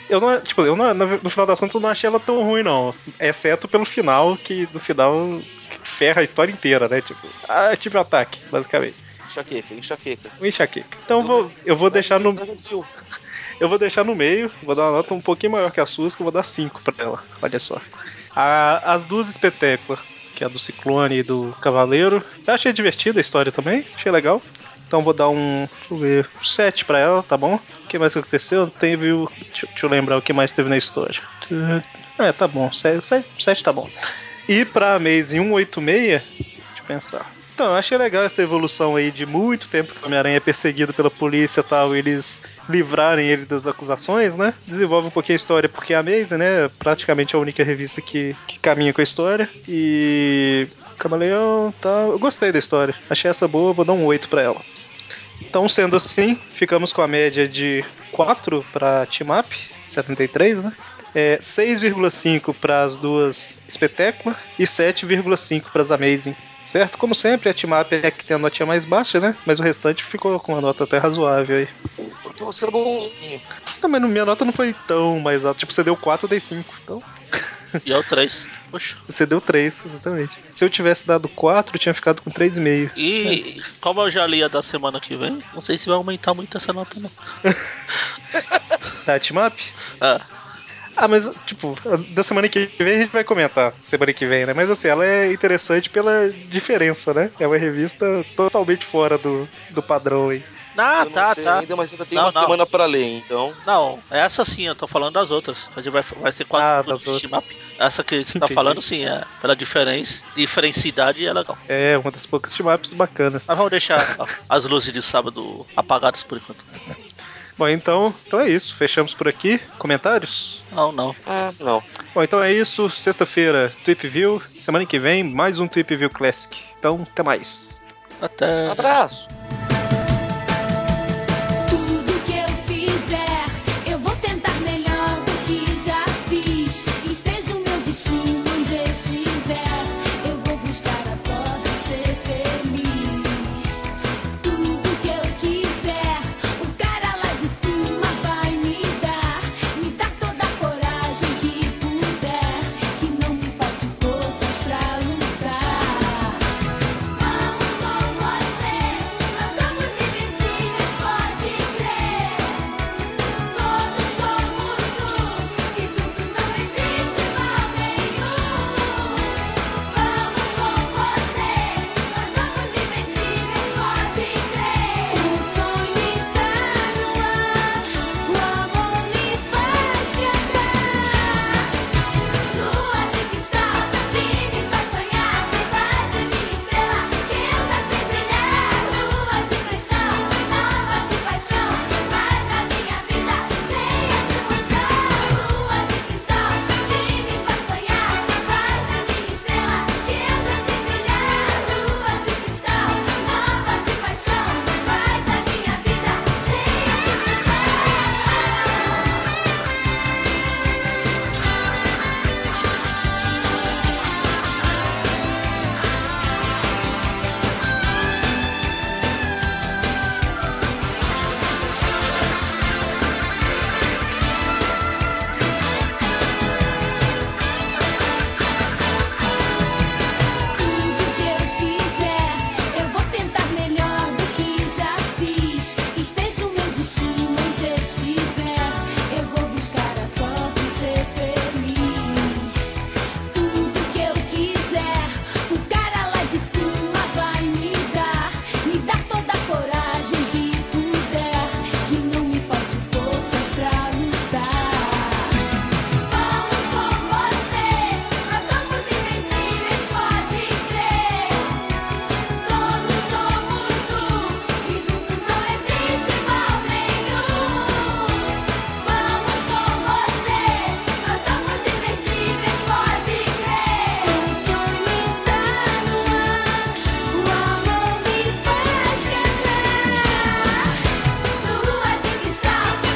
Eu não, tipo, eu não, no final das contas eu não achei ela tão ruim, não. Exceto pelo final, que no final ferra a história inteira, né? Tipo, ah, é tipo ataque, basicamente. Enxaqueca, enxaqueca. Um enxaqueca. Então eu vou, eu vou deixar no. Mas enfim, Eu vou deixar no meio, vou dar uma nota um pouquinho maior que as suas, que eu vou dar 5 pra ela. Olha só. A- as duas espetáculas, que é a do Ciclone e do Cavaleiro. Eu achei divertida a história também, achei legal. Então vou dar um. Deixa eu ver. 7 pra ela, tá bom? O que mais que aconteceu? Teve o. Deixa, deixa eu lembrar o que mais teve na história. É, tá bom. 7 tá bom. E pra um Amazing 186, Deixa eu pensar. Então, eu achei legal essa evolução aí de muito tempo que o Homem-Aranha é perseguido pela polícia e tal, e eles livrarem ele das acusações, né? Desenvolve um pouquinho a história, porque a Amazing, né? é Praticamente a única revista que, que caminha com a história. E. Camaleão tal. Eu gostei da história. Achei essa boa, vou dar um 8 pra ela. Então, sendo assim, ficamos com a média de 4 pra Team Up, 73, né? É, 6,5 para as duas espetáculas e 7,5 para as Amazing. Certo? Como sempre, a Timap é a que tem a notinha mais baixa, né? Mas o restante ficou com uma nota até razoável aí. Porque você é não. Não, mas minha nota não foi tão mais alta. Tipo, você deu 4, eu dei 5. Então, E é o 3. Poxa. você deu 3, exatamente. Se eu tivesse dado 4, eu tinha ficado com 3,5. E É. como eu já li a da semana que vem, não sei se vai aumentar muito essa nota, não. Da Tá, Timap? Ah, Ah, mas, tipo, da semana que vem a gente vai comentar. Semana que vem, né? Mas, assim, ela é interessante pela diferença, né? É uma revista totalmente fora do, do padrão aí. ah eu não tá, sei tá. Ainda, mas ainda tem Não, uma não. semana pra ler, então. Não, essa sim, eu tô falando das outras. A gente vai, vai ser quase um Ah, tudo das de team up. Essa que você tá Entendi. falando, sim, é pela diferença, diferencidade é legal. É, uma das poucas timaps bacanas. Ah, Mas vamos deixar a- as luzes de sábado apagadas por enquanto. Bom, então, então é isso. Fechamos por aqui. Comentários? Não, não. Não. Bom, então é isso. Sexta-feira, Trip View. Semana que vem, mais um Trip View Classic. Então, até mais. Até. Abraço. Tudo que eu fizer, eu vou tentar melhor do que já fiz. Esteja o meu destino onde eu estiver, eu vou buscar a sorte de ser feliz. Tudo que eu quiser, o cara lá de cima vai me dar. Me dar toda a coragem que puder, que não me falte forças pra lutar. Vamos com você, é.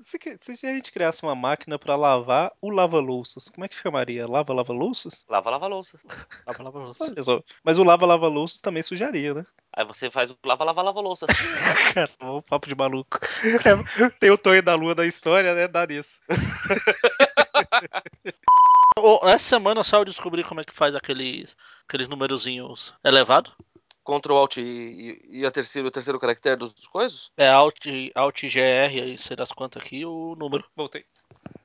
Se, que- se a gente criasse uma máquina pra lavar o lava-louças, como é que chamaria? Lava-lava-louças? Lava, lava louças. Lava, lava, louça. Olha só. Mas o lava-lava-louças também sujaria, né? Aí você faz o lava, lava, lava louças. Cara, um papo de maluco. É, tem o Tonho da Lua da história, né? Dá nisso. Ô, Essa semana só eu descobri como é que faz aqueles, aqueles numerozinhos elevados. Ctrl, Alt e, e- e a terceiro, o terceiro caractere dos dos coisas. É Alt, Alt GR, aí sei das quantas aqui, o número. Voltei.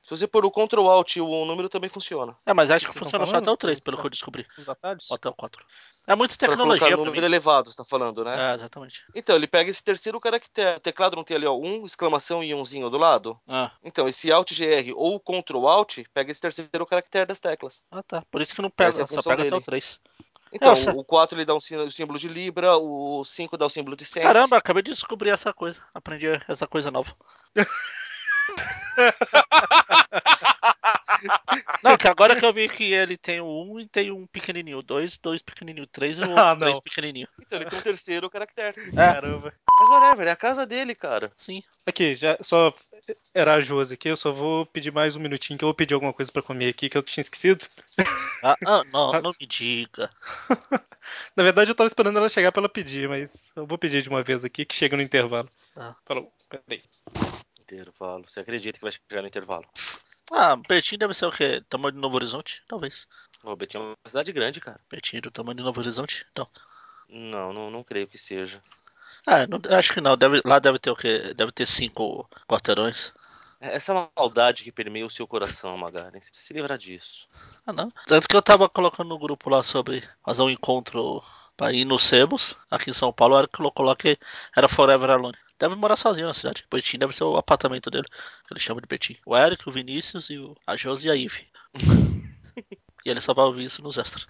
Se você pôr o Ctrl, Alt e o um número também funciona. É, mas Vocês acho que estão funciona só falando? até o 3, pelo que eu descobri. Os atalhos? Ou até o 4. É muita Pra tecnologia colocar pra número mim. elevado, você tá falando, né? É, exatamente. Então, ele pega esse terceiro caractere. O teclado não tem ali, ó, um, exclamação e umzinho do lado? Ah, Então, esse Alt GR ou Ctrl Alt pega esse terceiro caractere das teclas. ah, tá. Por isso que não Essa é pega, a só função pega até dele. o 3. Então, Nossa. o 4 ele dá um sino- o símbolo de Libra, o 5 dá o símbolo de Cent. Caramba, acabei de descobrir essa coisa. Aprendi essa coisa nova. não, que agora que eu vi que ele tem o 1 e tem um pequenininho, dois, dois pequenininho, três e o outro Ah, não. três pequenininho. Então, ele tem um terceiro caractere. Caramba. Mas whatever, é a casa dele, cara. Sim. Aqui, já só era a Josi aqui, eu só vou pedir mais um minutinho que eu vou pedir alguma coisa pra comer aqui que eu tinha esquecido. Ah, ah, não, não me diga. Na verdade, eu tava esperando ela chegar pra ela pedir, mas eu vou pedir de uma vez aqui que chega no intervalo. Ah. Falou, peraí. Intervalo. Você acredita que vai chegar no intervalo? Ah, Betim deve ser o quê? Tamanho de Novo Horizonte? Talvez. Ô, Betim é uma cidade grande, cara. Betim do tamanho de Novo Horizonte? Então. Não, não, não creio que seja. Ah, não- acho que não. Deve- lá deve ter o quê? Deve ter cinco quarteirões. É Essa maldade que permeia o seu coração, Magaren. Você precisa se livrar disso. Ah, não. Tanto que eu tava colocando no grupo lá sobre fazer um encontro pra ir nos Sebos, aqui em São Paulo. Era que colocou lá que era Forever Alone. Deve morar sozinho na cidade. Betim deve ser o apartamento dele, que ele chama de Betim. O Eric, o Vinícius, e o, a Josi e a Ive. e ele só vai ouvir isso nos extras.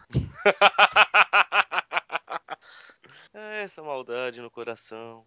É Essa maldade no coração.